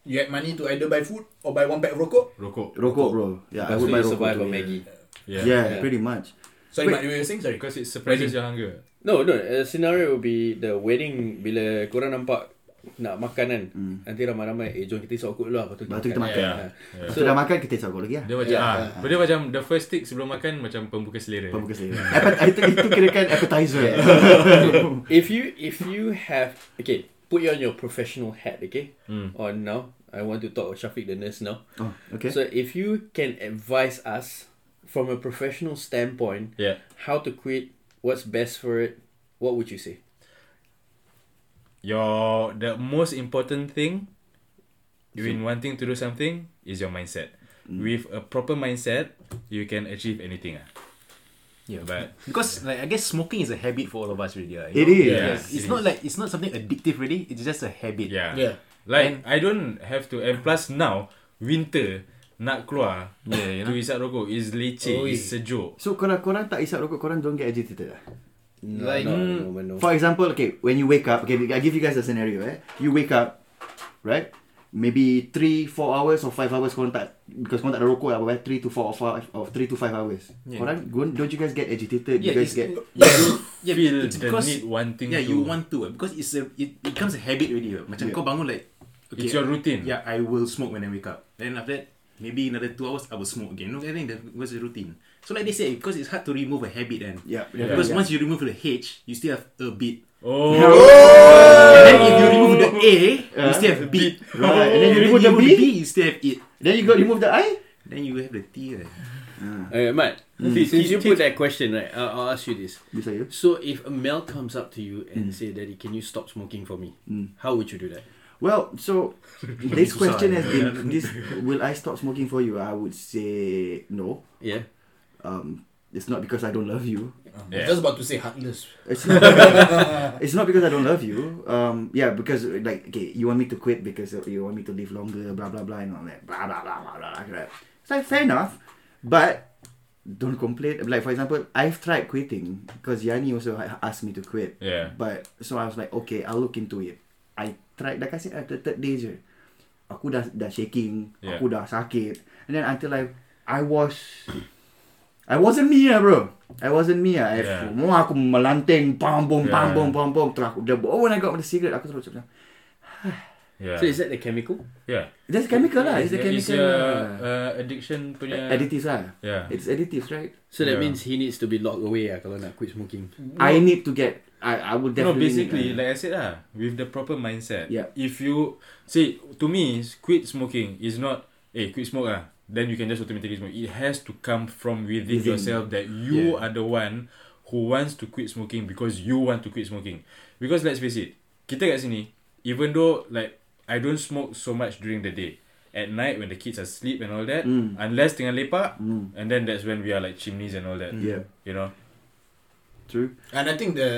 you had money to either buy food or buy one pack of rokok.
Rokok
Rokok, bro. Yeah, I would
Lepas tu
buy
you
rokok.
survive
too,
on
yeah.
Maggie.
Yeah,
yeah,
Yeah.
pretty much.
Sorry,
Wait.
but you were saying sorry.
Because it surprises your hunger
No, no. A scenario would be the wedding bila korang nampak nak makanan.
Mm.
Nanti ramai-ramai, eh jom kita isap rokok dulu lah. Lepas tu
Lepas tu kita makan.
Ah.
Yeah.
So, dah makan kita sokok lagi lah.
Dia macam
Yeah.
ah, Dia macam the first stick sebelum makan Macam pembuka selera
Pembuka selera. Apa- itu itu kira kan appetizer. eh.
if you if you have okay, put you on your professional hat, okay?
Mm.
On now, I want to talk to Shafiq the nurse now.
oh, okay.
So if you can advise us from a professional standpoint,
Yeah
how to quit, what's best for it, what would you say?
Your The most important thing When wanting to do something Is your mindset With a proper mindset You can achieve anything ah.
Yeah.
But
Because like I guess smoking is a habit for all of us really. Uh,
It is.
Yeah.
It's, it's not like it's not something addictive really. It's just a habit.
Yeah.
Yeah.
Ya. Like I don't have to and plus now winter nak keluar
Yeah, you
yeah.
know.
to isap rokok is leceh,
Oi.
is sejuk.
So korang korang tak isap rokok korang don't get agitated lah.
No,
Like,
no,
mm,
no, no, no.
For example, okay, when you wake up, okay, I give you guys a scenario, eh? You wake up, right? Maybe three, four hours or five hours korang tak because korang tak ada rokok apa eh? Three to four or five or three to five hours.
Yeah.
Korang don't- don't you guys get agitated?
Yeah,
you guys
it's,
get
yeah,
Yeah,
yeah,
Feel
it's
the
because
need wanting
yeah,
to.
you want to uh, because it's a it it becomes a habit already. Uh. Macam
Yeah.
kau bangun like
It's your routine.
Yeah, I will smoke when I wake up. Then after that, maybe another two hours I will smoke again. No, I think that was the routine. So like they say, because it's hard to remove a habit then.
yeah,
Because
yeah.
once you remove the H, you still have a bit.
Oh.
And then if you remove the A, you
Yeah.
still have bit.
Right, and then you
And
remove the
then
B,
you still have it.
then you got remove the I.
Then you have the T. eh.
Okay, Matt, since you put that question, right, I'll, I'll ask you this.
Bisa you.
So if a male comes up to you and say, "Daddy, can you stop smoking for me?" How would you do that?
Well, so this
Susah,
question has
eh.
been this. Will I stop smoking for you? I would say no.
Yeah.
Um, it's not because I don't love you.
I
Ah. Yeah.
was just about to say heartless.
It's not, it's not because I don't love you. Um, yeah, because like okay, you want me to quit because you want me to live longer, blah blah blah, and all that, blah blah blah blah blah. Like that. It's like fair enough, but don't complain. Like for example, I've tried quitting because Yani also ha- asked me to quit,
Yeah.
but so I was like, okay, I'll look into it. I tried. Like I said, at the third day, je, aku dah dah shaking,
Yeah.
aku dah sakit, and then until I I was I wasn't me ah bro. I wasn't me ah.
Yeah.
Yeah. Semua aku melanting pam bom pam
Yeah.
bom pam bom terus aku dah oh when I got the cigarette aku terus macam
Yeah.
So is that the chemical?
yeah.
That's chemical lah. It's the
That is
chemical
your
lah.
uh, addiction punya.
Additives lah.
Yeah.
It's additives, right?
So that
Yeah.
means he needs to be locked away ah, kalau nak quit smoking.
I need to get. I I would
No,
definitely.
basically,
need, uh,
like I said lah, with the proper mindset.
Yeah.
If you see, to me, quit smoking is not eh quit smoke ah. Then you can just automatically smoke. It has to come from within,
Within.
yourself that you are the one who wants to quit smoking because you want to quit smoking. Because let's face it, kita kat sini, even though like I don't smoke so much during the day. At night when the kids are asleep and all that,
Mm.
unless tengah lepak,
Mm.
and then that's when we are like chimneys and all that.
Yeah.
You know.
True.
And I think the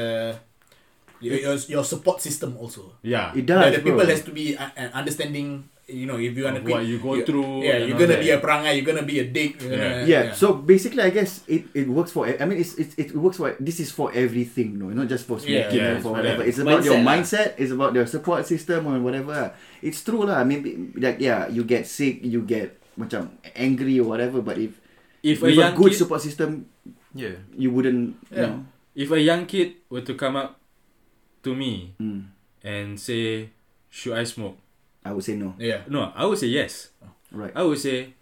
your your, your support system also.
Yeah.
It
The,
does.
the
bro.
people has to be uh, uh, understanding. You know, if you want to
Of what you go through.
Yeah,
and
you're
all that.
gonna be a perangai. You're gonna be a dick. You're gonna,
yeah, so basically i guess it, it works for i mean it's, it's it works for this is for everything no not just for smoking
Yeah,
yeah,
or
it's
for
whatever.
whatever it's about your
Mindset lah.
mindset it's about your support system or whatever lah. it's true lah maybe like yeah you get sick you get macam angry or whatever but if
If a
with a,
young
good
kid,
support system
Yeah.
you wouldn't
Yeah.
if
you
a young kid were to come up to me
know mm,
and say, "Should I smoke?"
i would say no
yeah,
No, I would say yes.
right
I would say,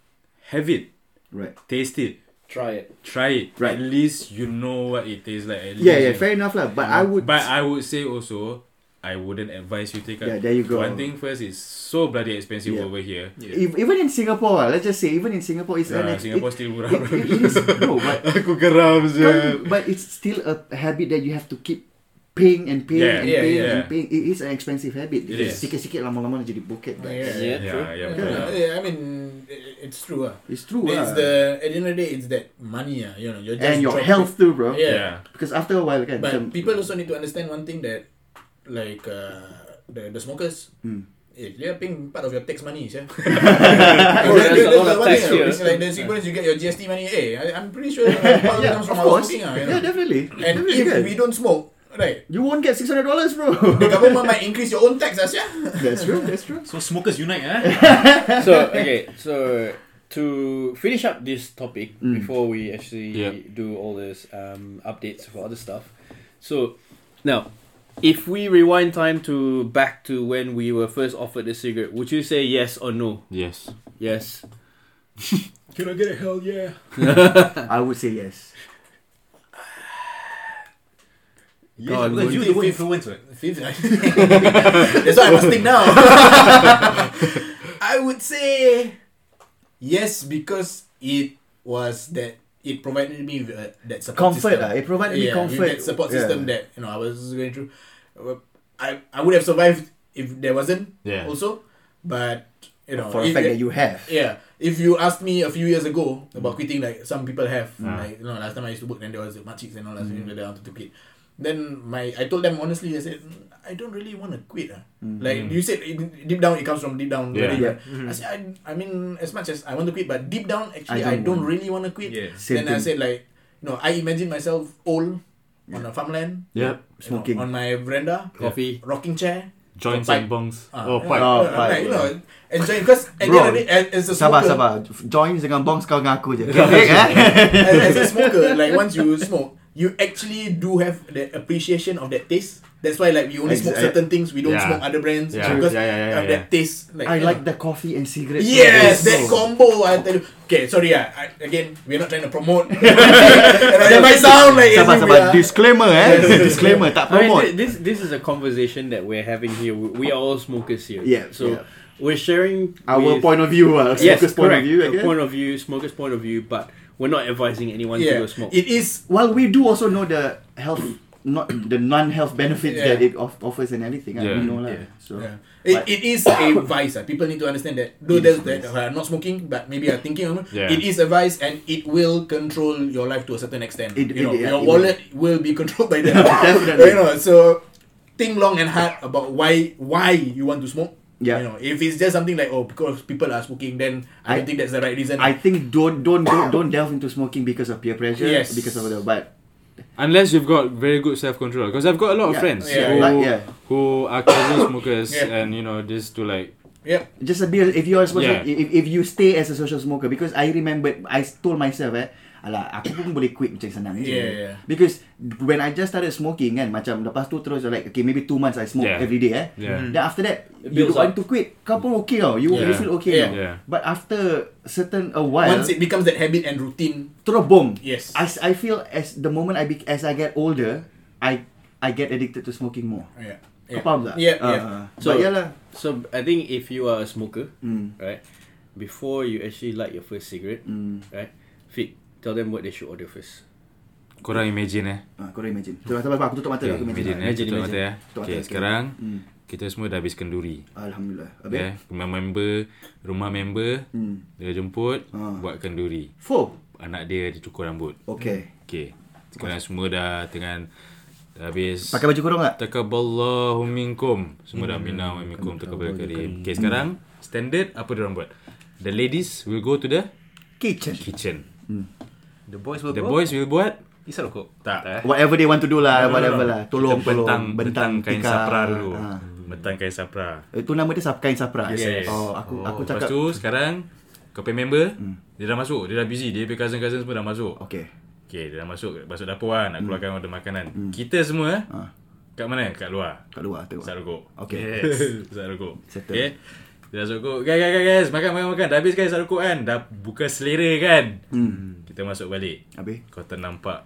"Have it,
right
taste it,
Try it.
try it.
Right.
At least you know what it tastes like." At least
yeah yeah
you-
fair enough lah but i would
But I would say also, I wouldn't advise you take up.
yeah there you go
One thing first is so bloody expensive
Yeah.
over here.
Yeah.
Ev- even in singapore lah, let's just say even in singapore it's an
Yeah,
ex-
Singapore
it,
still murah.
it, it, it is no but
Aku geram je.
Kan, but it's still a habit that you have to keep paying and paying
Yeah,
and
yeah,
paying
yeah.
and paying. It is an expensive habit.
It
It
is.
is. Sikit-sikit lama-lama jadi bukit. But
Yeah.
Yeah, true.
Yeah, yeah,
yeah.
betul.
yeah, I mean, it- it's true. ah.
It's true. lah.
It's the at the end of the day, it's that money. ah. you know, you're just
and your
dropping-
health too, bro.
Yeah.
yeah.
Because after a while, kan,
But
macam-
people also need to understand one thing that, like, uh, the the smokers.
Hmm.
Eh, they are paying part of your tax money, yeah.
Oh, there's a lot of tax here.
Like the Singaporeans, you get your GST money. Eh, I, I'm pretty sure like, part of it
yeah,
comes
of
from our
course.
smoking, ah, you
yeah,
know.
definitely.
And
definitely
if
kan.
we don't smoke, right?
you won't get six hundred dollars, bro.
The government might increase your own tax, ah, yeah.
that's true. That's true.
So smokers unite, eh?
so okay, so to finish up this topic
Mm.
before we actually
Yep.
do all this um, updates for other stuff. So now, if we rewind time to back to when we were first offered the cigarette, would you say yes or no?
Yes.
Yes.
Can I get a hell yeah?
I would say yes.
Yes,
God,
because you the one influence, what?
Fifth, I- That's why I must think now. I would say yes because it was that it provided me with uh, that support
Comfort
system.
lah. It provided me
yeah,
comfort.
That support
Yeah.
system that you know I was going through. Uh, I I would have survived if there wasn't
Yeah.
also, but you know
For a
if
fact
there-
that you have.
yeah, if you asked me a few years ago about quitting, like some people have,
Ah.
like you know, last time I used to work, then there was the machiks and all that, mm. they wanted to quit. Then my, I told them honestly, I said, "Mm, I don't really want to quit. ah." Like
Mm.
you said, it- deep down it comes from deep down.
Yeah.
within,
Yeah.
right? I said, I, I mean, as much as I want to quit, but deep down, actually,
I
I
don't
don't,
want.
really want to quit.
Yeah.
Same thing.
then I said, like, you know, I imagine myself old on a farmland, you
Yep.
know,
Smoking.
on my veranda,
Coffee.
rocking chair,
Joints
Pipe.
and bongs.
Ah,
oh,
yeah.
pipe.
Oh,
Uh,
pipe,
like, you know, enjoying because at the end of the day, as- as a
Sabar,
smoker,
sabar. Join dengan bongs kau dengan aku je. Kek, eh?
as, as a smoker, like once you smoke, you actually do have that appreciation of that taste. That's why like we only
Ex-
smoke
I-
certain things. We don't
yeah.
smoke other brands
Yeah.
because
Yeah, yeah, yeah,
of
yeah.
that taste. Like,
I
you
like
know.
the coffee and cigarette. Yes,
Yes, that
bro.
combo. I tell you. Okay, sorry. Yeah, I, again, we're not trying to promote. and I, it might sound like
Sabar
as if
sabar
we are-
disclaimer eh disclaimer tak
I mean,
promote.
th- this this is a conversation that we're having here. We we are all smokers here.
Yeah,
So
yeah.
we're sharing
Our
with-
point of view ah,
yes,
smoker's point of
correct.
view I
A
guess.
point of view, smoker's point of view, but we're not advising anyone to
Yeah,
go smoke.
it is.
While we do also know the health not the non-health benefits
Yeah.
that it off- offers and everything. Yeah.
Yeah.
We know lah.
Yeah.
So
Yeah. It,
But-
it is a vice. ah. People need to understand that though
It is
there's that are not smoking, but maybe are thinking. of it,
Yeah.
It is a vice, and it will control your life to a certain extent.
It-
you know,
it- yeah,
your
it
wallet will. be controlled by that.
Definitely.
You know, so think long and hard about why why you want to smoke.
Yeah.
You know, if it's just something like oh because people are smoking, then
I-
I, don't think that's the right reason.
I think don't don't don't, don't delve into smoking because of peer pressure.
Yes.
Because of the but
Unless you've got very good self control, because I've got a lot of
Yeah,
friends
yeah,
who
like, yeah.
who are casual smokers
Yeah.
and you know just to like
yep.
just a bit if you are a social,
Yeah.
if, if you stay as a social smoker because I remembered I told myself eh alah aku pun boleh quit macam senang je.
Yeah, yeah.
Because when I just started smoking kan macam lepas tu terus like okay maybe two months I smoke
Yeah.
every day eh.
Yeah.
Then after that
It
you
builds
don't want
up.
to quit kau pun okay tau. You, you
Yeah.
feel okay
Yeah.
tau.
Yeah.
But after certain a while
Once it becomes that habit and routine,
terus bom.
Yes.
As I feel as the moment I be, as I get older, I I get addicted to smoking more.
Oh, yeah.
Kau faham tak?
Yeah,
Ah,
yeah.
ah. But
So-
yalah.
So I think if you are a smoker,
Mm.
right, before you actually light your first cigarette,
Mm.
right, fit tell them what they should order first.
Korang imagine eh.
Ah, korang imagine. Terus apa aku tutup mata
Okay,
aku imagine.
imagine, eh.
Imagine,
Tutup mata
imagine.
eh.
Tutup mata
Okay,
sikit.
sekarang
Hmm.
kita semua dah habiskan duri.
Alhamdulillah. Abis?
Okay. Member, rumah member,
Hmm.
dia jemput,
Ah.
buat kenduri.
Four.
Anak dia dicukur rambut.
Okay.
Okay. Sekarang semua dah dengan dah habis.
Pakai baju Hmm. kurung tak?
Takaballahu minkum. Semua dah minna wa minkum takaballahu karim. Okay, sekarang
Hmm.
standard apa dia orang buat? The ladies will go to the
Kitchen.
kitchen.
Hmm. The boys will
The
go.
boys will buat
Isap rokok?
Tak.
eh?
Whatever they want to do lah, whatever lah. Tolong,
kita bentang,
tolong.
bentang, kain
tikar.
sapra dulu.
Ah.
Bentang kain sapra.
Itu nama dia sap kain sapra.
Yes, yes.
Oh, aku
Lepas
aku cakap. Hmm.
tu sekarang kau pay member, dia dah masuk, dia dah busy, dia pay cousin-cousin semua dah masuk.
Okay.
Okay, dia dah masuk masuk dapur kan, nak keluarkan order makanan. Kita semua
Hmm. Ah.
kat mana? Kat luar.
Kat luar tengok.
Sat rokok.
Okay.
Yes. Sat rokok.
Settle.
Okay. Dia dah rokok. Guys, guys, guys, guys. Makan, makan, makan. Dah habis guys sat rokok kan. Dah buka selera kan.
Hmm.
Kita masuk balik.
Habis?
Kau ternampak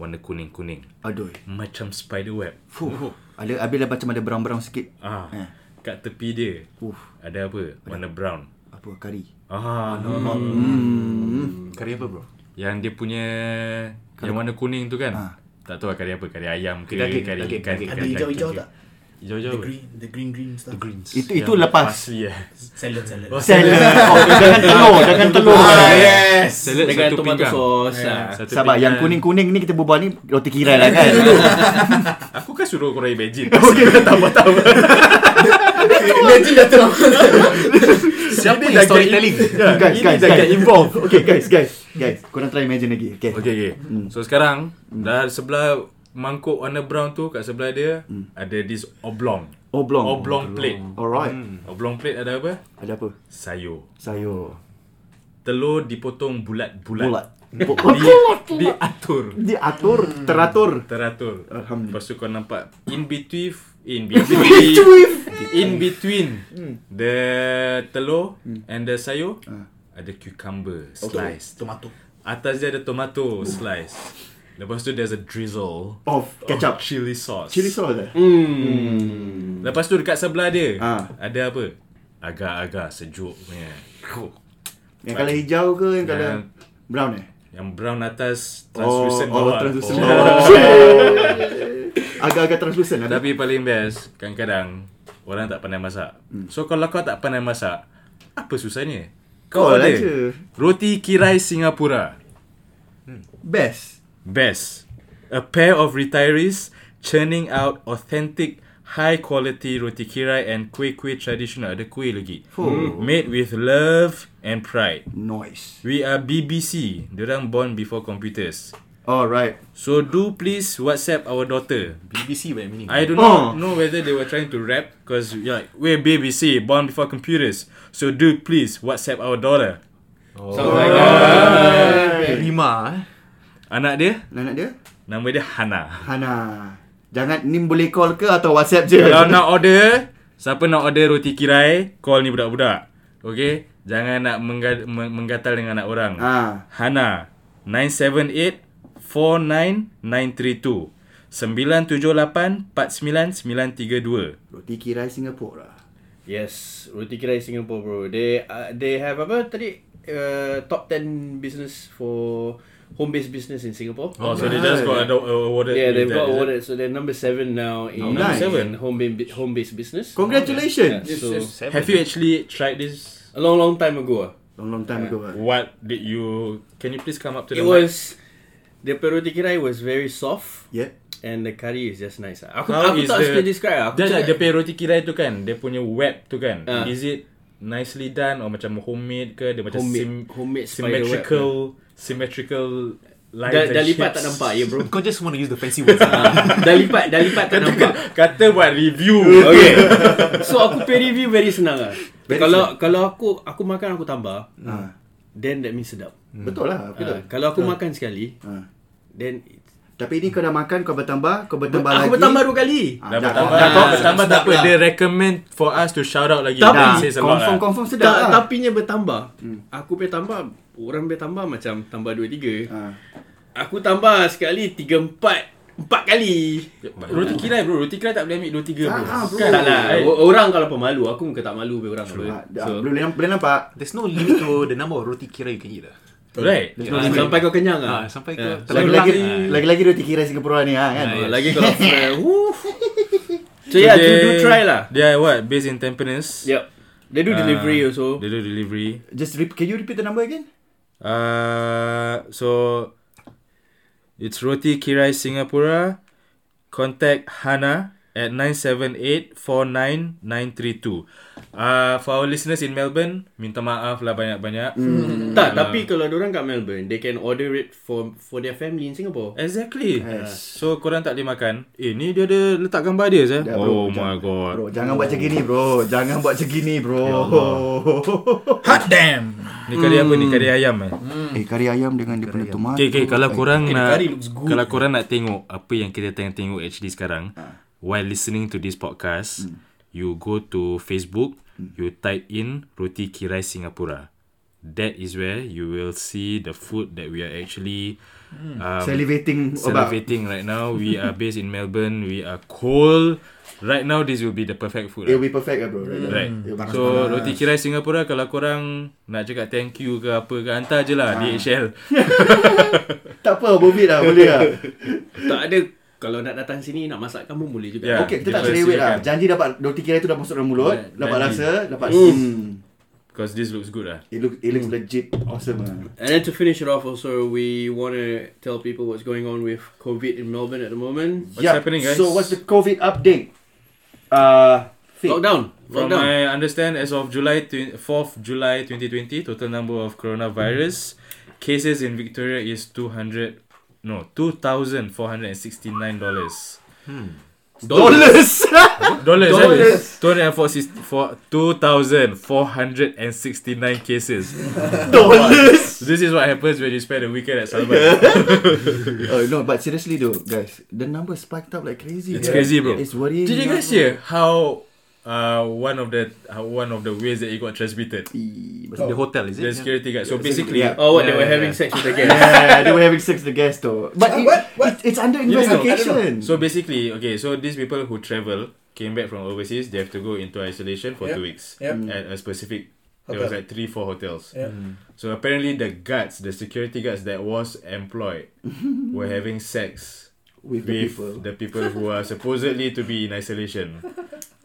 warna kuning-kuning.
Aduh.
Macam spider web.
Fuh. Ada habis lah macam ada brown-brown sikit.
Ah.
Eh.
Kat tepi dia.
Uff.
Ada apa? Warna brown.
Apa kari?
Ah.
Kari apa bro?
Yang dia punya yang warna kuning tu kan.
Ah.
Tak tahu lah kari apa, kari ayam ke,
Daging,
kari
daging,
ikan
daging.
ke, kari
Ada hijau-hijau
daging ke.
tak?
Hijau-hijau.
The
apa?
green, the green green stuff.
Greens.
Itu itu
Yang
lepas.
Parsley eh.
Salad, salad.
Salad. Oh, dengan telur, dengan telur.
Ah, yes.
Salad
Dengan
satu
tomato
pinggang.
sauce.
Yeah.
ah.
Satu
Sabar,
pinggan.
yang kuning-kuning ni kita berbual ni roti kirai lah kan.
Aku kan suruh korang imagine Okay Tak apa-apa
Imagine dah terang.
Siapa
Ini
yang
dah
storytelling?
guys,
Ini
guys,
dah get
guys.
involved
Okay, guys, guys. Guys, korang try imagine lagi. Okay.
Okay okay So sekarang Dah sebelah Mangkuk warna brown tu Kat sebelah dia Ada this oblong
Oblong.
Oblong Hmm. plate
Alright.
Oblong plate ada apa?
Ada apa?
Sayur
Sayur.
Telur dipotong bulat-bulat
Bulat.
Di, Diatur
Diatur, teratur.
Teratur
Alhamdulillah.
Lepas tu kau nampak In between In between In between
Hmm.
The telur And the sayur
Ah.
Ada cucumber Sliced
Tomato.
Atas dia ada tomato slice. Lepas tu there's a drizzle of
Of kecap.
Oh. chili sauce.
Chili sauce eh?
Lepas tu dekat sebelah dia
Ah.
ada apa? Agar-agar sejuk punya.
Yang kalau hijau ke yang kalau
Yang-
brown eh?
Yang brown atas translucent
oh,
bawah.
translucent
Oh.
bawah. Agak-agak translucent lah, ada.
Tapi paling best kadang-kadang orang tak pandai masak.
Hmm.
So kalau kau tak pandai masak, apa susahnya? Kau
Call
order
aja.
roti kirai Singapura.
Best.
Best. A pair of retirees churning out authentic, high quality roti kirai and kuih kuih traditional. Ada kuih lagi.
Oh.
Made with love and pride.
Noise.
We are BBC. Diorang born before computers.
Alright.
So do please WhatsApp our daughter.
BBC banyak meaning.
I do not
Oh.
know whether they were trying to rap because like we're BBC, born before computers. So do please WhatsApp our daughter.
Sounds like
Rima eh.
Anak dia,
Anak dia?
nama dia Hana.
Hana. Jangan ni boleh call ke atau WhatsApp je.
Kalau nak order Siapa nak order roti kirai Call ni budak-budak Okay Jangan nak mengga- meng- menggatal dengan anak orang
Ah.
Hana 978-49932 978-49932
Roti kirai Singapura.
Yes, roti kirai Singapore bro. They uh, they have apa tadi uh, top 10 business for home based business in Singapore.
Oh so they just got ado- awarded
Yeah,
with
they've
that, is
got
it?
awarded. So they're number seven now in,
number Nice.
seven.
home based home based business.
Congratulations.
Yeah, so
Have you actually tried this?
a long long time ago. ah.
Long long time ago. ah.
What did you Can you please come up to the mic?
It was the peroti kirai was very soft
Yeah.
and the curry is just nice. ah. Aku
How
aku
is
tak
the-
suka describe. ah. Aku
Dia, dia,
cakap-
dia punya roti kirai tu kan Dia punya web tu kan
Ah.
Is it nicely done Or macam homemade ke Dia macam
homemade
sim-
homemade spider web.
symmetrical symmetrical lines
Dah,
and
dah lipat
shapes.
tak nampak ya bro.
Kau just want to use the fancy words.
Ah, dah lipat dah lipat tak nampak.
Kata buat review.
Okay. So aku pay review very senang lah. Kalau kalau aku aku makan aku tambah.
Ah.
then that means sedap.
Betul lah, betul.
Ah, kalau aku makan sekali,
Ah.
then it's-
Tapi ini kau dah makan, kau bertambah, kau bertambah lagi.
aku bertambah dua kali.
Ah,
Dah bertambah.
dah, dah,
Tambah
dah,
tambah tak apa
sedap lah.
Dia recommend For us to shout out lagi
Tapi-
That
dah,
says a lot
confirm,
lah.
confirm sedap
Tak,
lah. Hmm.
tapinya bertambah. Aku punya tambah, orang punya tambah macam tambah dua tiga.
Ah.
Aku tambah sekali tiga empat empat kali.
Roti kirai bro Roti kirai tak boleh ambil 2-3 bro
Ah, ah, bro.
Kan?
Tak lah.
Eh,
o- Orang kalau pemalu, aku bukan tak malu bila orang. apa.
Ah, dah,
So,
Boleh namp- boleh nampak?
There's no limit to The number of roti kirai you can eat lah Right
ah, sampai kau kenyang
Ah,
ah.
sampai
Ah,
ke
Lagi-lagi lagi-lagi roti kirai Singapura ni ha, kan.
Ah, Lagi kalau fry. Woo. So yeah, do, do try lah.
They are what? Based in Tampines.
Yep. They do
Uh,
delivery also. Hmm.
They do delivery.
Just re- can you repeat the number again?
Uh, so it's Roti Kirai Singapura. Contact Hana at 978-49932. Uh, for our listeners in Melbourne, minta maaf lah banyak-banyak.
tak, tapi kalau orang kat Melbourne, they can order it for for their family in Singapore.
Exactly.
Yes.
So korang tak boleh makan. Eh, ni dia ada letak gambar dia saya.
Dah,
oh
bro,
my god.
Bro, jangan buat macam gini bro. Jangan buat macam gini bro.
Hot damn.
Ni kari apa ni? Kari ayam eh.
eh, kari ayam dengan dia punya tomat.
Okay, okay. Kalau
Eh,
korang
the
nak
curry looks good.
kalau korang nak tengok apa yang kita tengah tengok actually sekarang
Ha.
while listening to this podcast,
Hmm.
you go to Facebook, you type in roti kirai Singapura. That is where you will see the food that we are actually um,
Salivating Hmm. about.
celebrating right now. We are based in Melbourne. We are cold. Right now, this will be the perfect food.
It'll
lah.
be perfect lah bro. Right.
Right.
It'll be- lah.
So, Roti Kirai Singapura, kalau korang nak cakap thank you ke apa ke, hantar je
Ah.
lah DHL.
tak apa, Bobby lah. Boleh lah.
tak ada kalau nak datang sini nak masakkan pun boleh juga.
Yeah.
Okay, kita tak
Dia
cerewet lah.
silakan.
Janji dapat roti kirai tu dah masuk dalam mulut.
Right,
Dapat
janji.
rasa, dapat... Mm.
Because this looks good lah.
It, look, it looks legit Hmm. awesome lah.
And then to finish it off also, we want to tell people what's going on with COVID in Melbourne at the moment.
What's happening, guys?
So what's the COVID update? Uh, Fik.
Lockdown.
From
Lockdown.
I understand, as of July twen- 4th July 2020, total number of coronavirus cases in Victoria is 200 no, $2,469. Dollars.
dollars.
Dollars. eh?
Dollars.
Dollars. 2,469 cases.
dollars.
this is what happens when you spend a weekend at Salman.
Oh no, but seriously though, guys, the number spiked up like crazy.
It's crazy, bro.
It's worrying.
Did you guys
lah,
hear how uh, one of the how one of the ways that it got transmitted?
bro.
Oh.
The hotel, is it? The security guard. So basically,
Yeah.
Oh, what, they
Yeah,
were
yeah,
having
yeah.
sex with the guest.
yeah, they were having sex with the guest though. But
Huh?
it,
What? What?
it- it's under
You know,
investigation.
So basically, okay, so these people who travel came back from overseas, they have to go into isolation for
Yeah.
two weeks
Yeah.
Mm.
at a specific. There was
Hotel.
like three, four hotels.
Yeah.
So apparently, the guards, the security guards that was employed, were having sex
with
with
the people.
the people who are supposedly to be in isolation.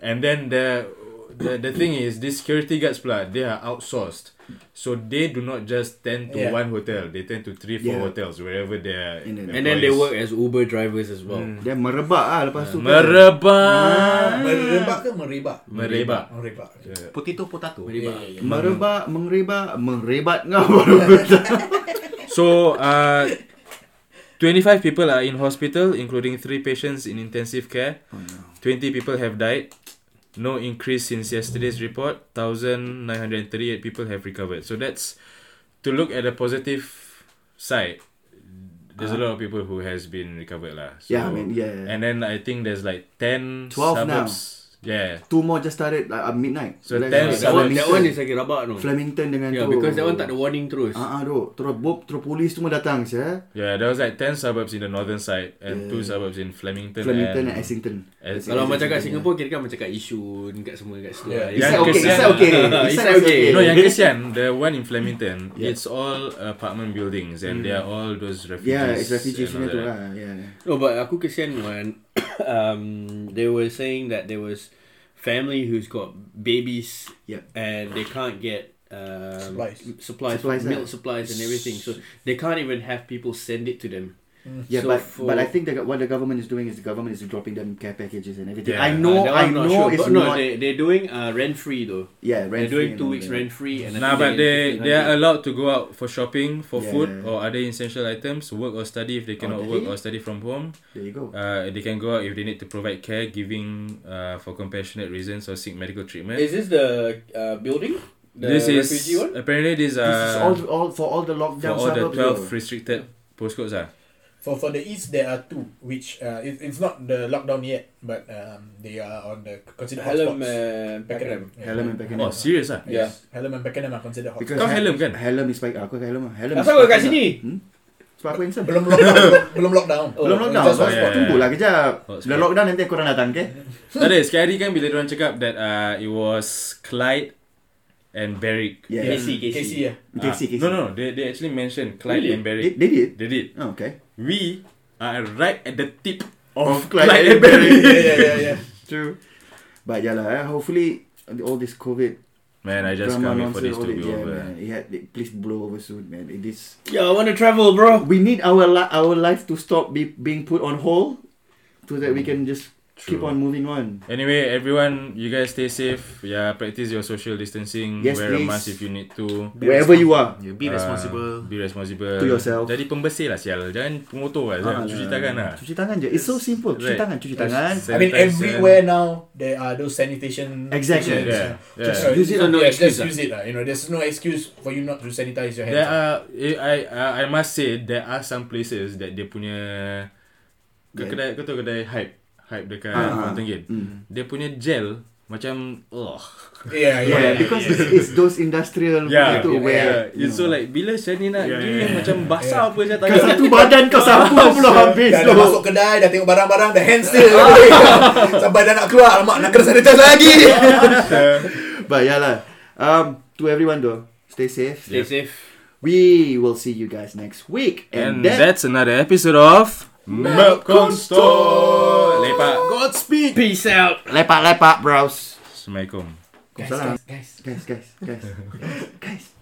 And then the the, the thing is, these security guards, pula, they are outsourced. So they do not just tend to
Yeah.
one hotel; they tend to three, four
Yeah.
hotels wherever they are.
And then-
And then they
employees.
work as Uber drivers as well.
Dia merebak ah lepas tu.
Merebak.
Merebak ke merebak?
Merebak.
Merebak.
Potato potato.
Yeah,
Merebak.
yeah, yeah.
Merebak, mengrebak, merebat kau baru.
So, uh, 25 people are in hospital, including 3 patients in intensive care.
Oh,
20 people have died. No increase since yesterday's report. 1,938 people have recovered. So, that's to look at the positive side. There's a lot of people who has been recovered lah. So,
Ah. Yeah, I mean, yeah.
And then I think there's like 10
12 now.
suburbs. Yeah.
Two more just started like, at midnight.
So,
Like,
ten
like,
That one,
suburbs.
that one is lagi rabak no.
Flemington dengan
Yeah,
tu.
Hmm. Ya, because that one tak ada warning terus.
Ah ah tu. Terus bob, terus polis semua datang saya.
Yeah, there was like 10 suburbs in the northern side and two suburbs in Flemington,
Flemington
and
and Essington.
As-
Eh, Kalau macam kat Singapore, kira kan macam kat Yishun, kat semua kat situ.
Yeah.
lah.
Yang
Is that okay? Is
kesian-
that okay?
Is that okay?
No, yang kesian, the one in Flemington,
Eh, Yeah. Hmm.
it's all apartment buildings and they are all those refugees.
Yeah, it's refugees
and
punya
all
tu
that.
lah. Yeah.
No, but aku kesian when um, they were saying that there was family who's got babies
Yep.
and they can't get um,
Supplies.
supplies,
Supplies,
milk
yeah.
supplies and everything. So they can't even have people send it to them.
Mm.
Yeah,
So
but
for-
but I think that what the government is doing is the government is dropping them care packages and everything.
Yeah.
I know,
Uh, that one
I
I'm not
know,
sure,
it's
but no,
not.
they they're doing uh, rent free though.
yeah, rent
they're doing two weeks rent free and I
Nah,
think
but
they
they
get
they are
1500.
allowed to go out for shopping, for
Yeah.
food or other essential items, work or study if they cannot
they-
work or study from home.
There you go.
Uh, they can go out if they need to provide care, giving uh, for compassionate reasons or seek medical treatment.
Is this the uh, building? The
this is
refugee one?
apparently this
This is all
uh
all for all the
for
lockdown
all the
suburbs.
twelve
bro.
restricted postcodes ah.
For for the east, there are two, which uh, it, it's not the lockdown yet, but um, they are on the considered
Hallam
hotspots.
uh, Beckenham.
Yeah.
Hallam and Beckenham.
Oh serious ah.
Yeah.
Yes. Hallam and Beckenham are considered hotspots.
Because
Kau
Ha-
Hallam kan?
Hallam is baik. Aku kat Hallam. ah. Hallam.
Asal kau kat sini? Oh,
Sebab aku handsome.
belum lockdown, belum, belum lockdown.
Belum lockdown.
Just
Oh,
Hotspot
yeah, yeah.
Oh,
Oh,
tunggu lah kejap.
Hotspot.
Dah lockdown nanti korang datang ke?
Tak ada sekali hari kan bila orang cakap that uh, it was Clyde and Barrick.
Yeah.
KC, KC.
KC, yeah.
Ah,
KC, KC.
No no they they actually mentioned Clyde
Really?
and Barrick.
They, they did?
They did.
Oh, okay.
We are right at the tip
Of
Clyde and
yeah, yeah, yeah, yeah.
True. But yeah, lah, eh, hopefully all this COVID
Man, I just
drama
can't wait for this to be
nonsense, all that, yeah,
over.
man. It had, it, please blow over soon, man. It is.
Yo, I want to travel, bro.
We need our li- our life to stop be- being put on hold, so that we can just keep
True.
on moving on.
Anyway, everyone, you guys stay safe. Yeah, practice your social distancing.
Yes,
Wear
please.
a mask if you need to.
Be
Wherever you are.
Yeah, be
Uh,
responsible.
Be responsible.
To yourself.
Jadi pembersih lah sial. Jangan pengotor lah. Jangan
Ah,
cuci tangan lah.
Cuci tangan je. It's so simple. Cuci
Right.
tangan, cuci tangan.
I mean,
Sanitizer.
everywhere now there are those sanitation.
Exactly.
stations,
Yeah. yeah.
Just-
So,
Use it or no
yeah,
excuse,
Just use it, lah. You know, there's no excuse for you not to sanitize your
There are
hands.
eh, I uh, I must say there are some places that dia punya ke
Yeah.
kedai kau tahu kedai hype hype dekat
Ah, ah.
Fountain Gate.
Mm.
Dia punya gel macam oh
Yeah,
Yeah, yeah, yeah.
because it's, it's those industrial
yeah,
gitu where you
it's so
know.
like bila saya ni nak
Yeah,
yeah,
yeah, yeah.
macam basah
Yeah.
apa saya
Kau
tangan.
satu badan kau sapu pula habis
Dah, dah
tu.
masuk kedai, dah tengok barang-barang, dah hand still. Sampai dah nak keluar, alamak, nak kena sanitize lagi.
But yeah lah. Um, to everyone though, stay safe.
Stay safe.
We will see you guys next week.
And
And, that
that's another episode of Melkon Store. Lepak.
Godspeed!
Peace out.
lepak lepak bros.
Assalamualaikum.
Guys,
Salam.
guys, guys.
Guys, guys, guys, guys.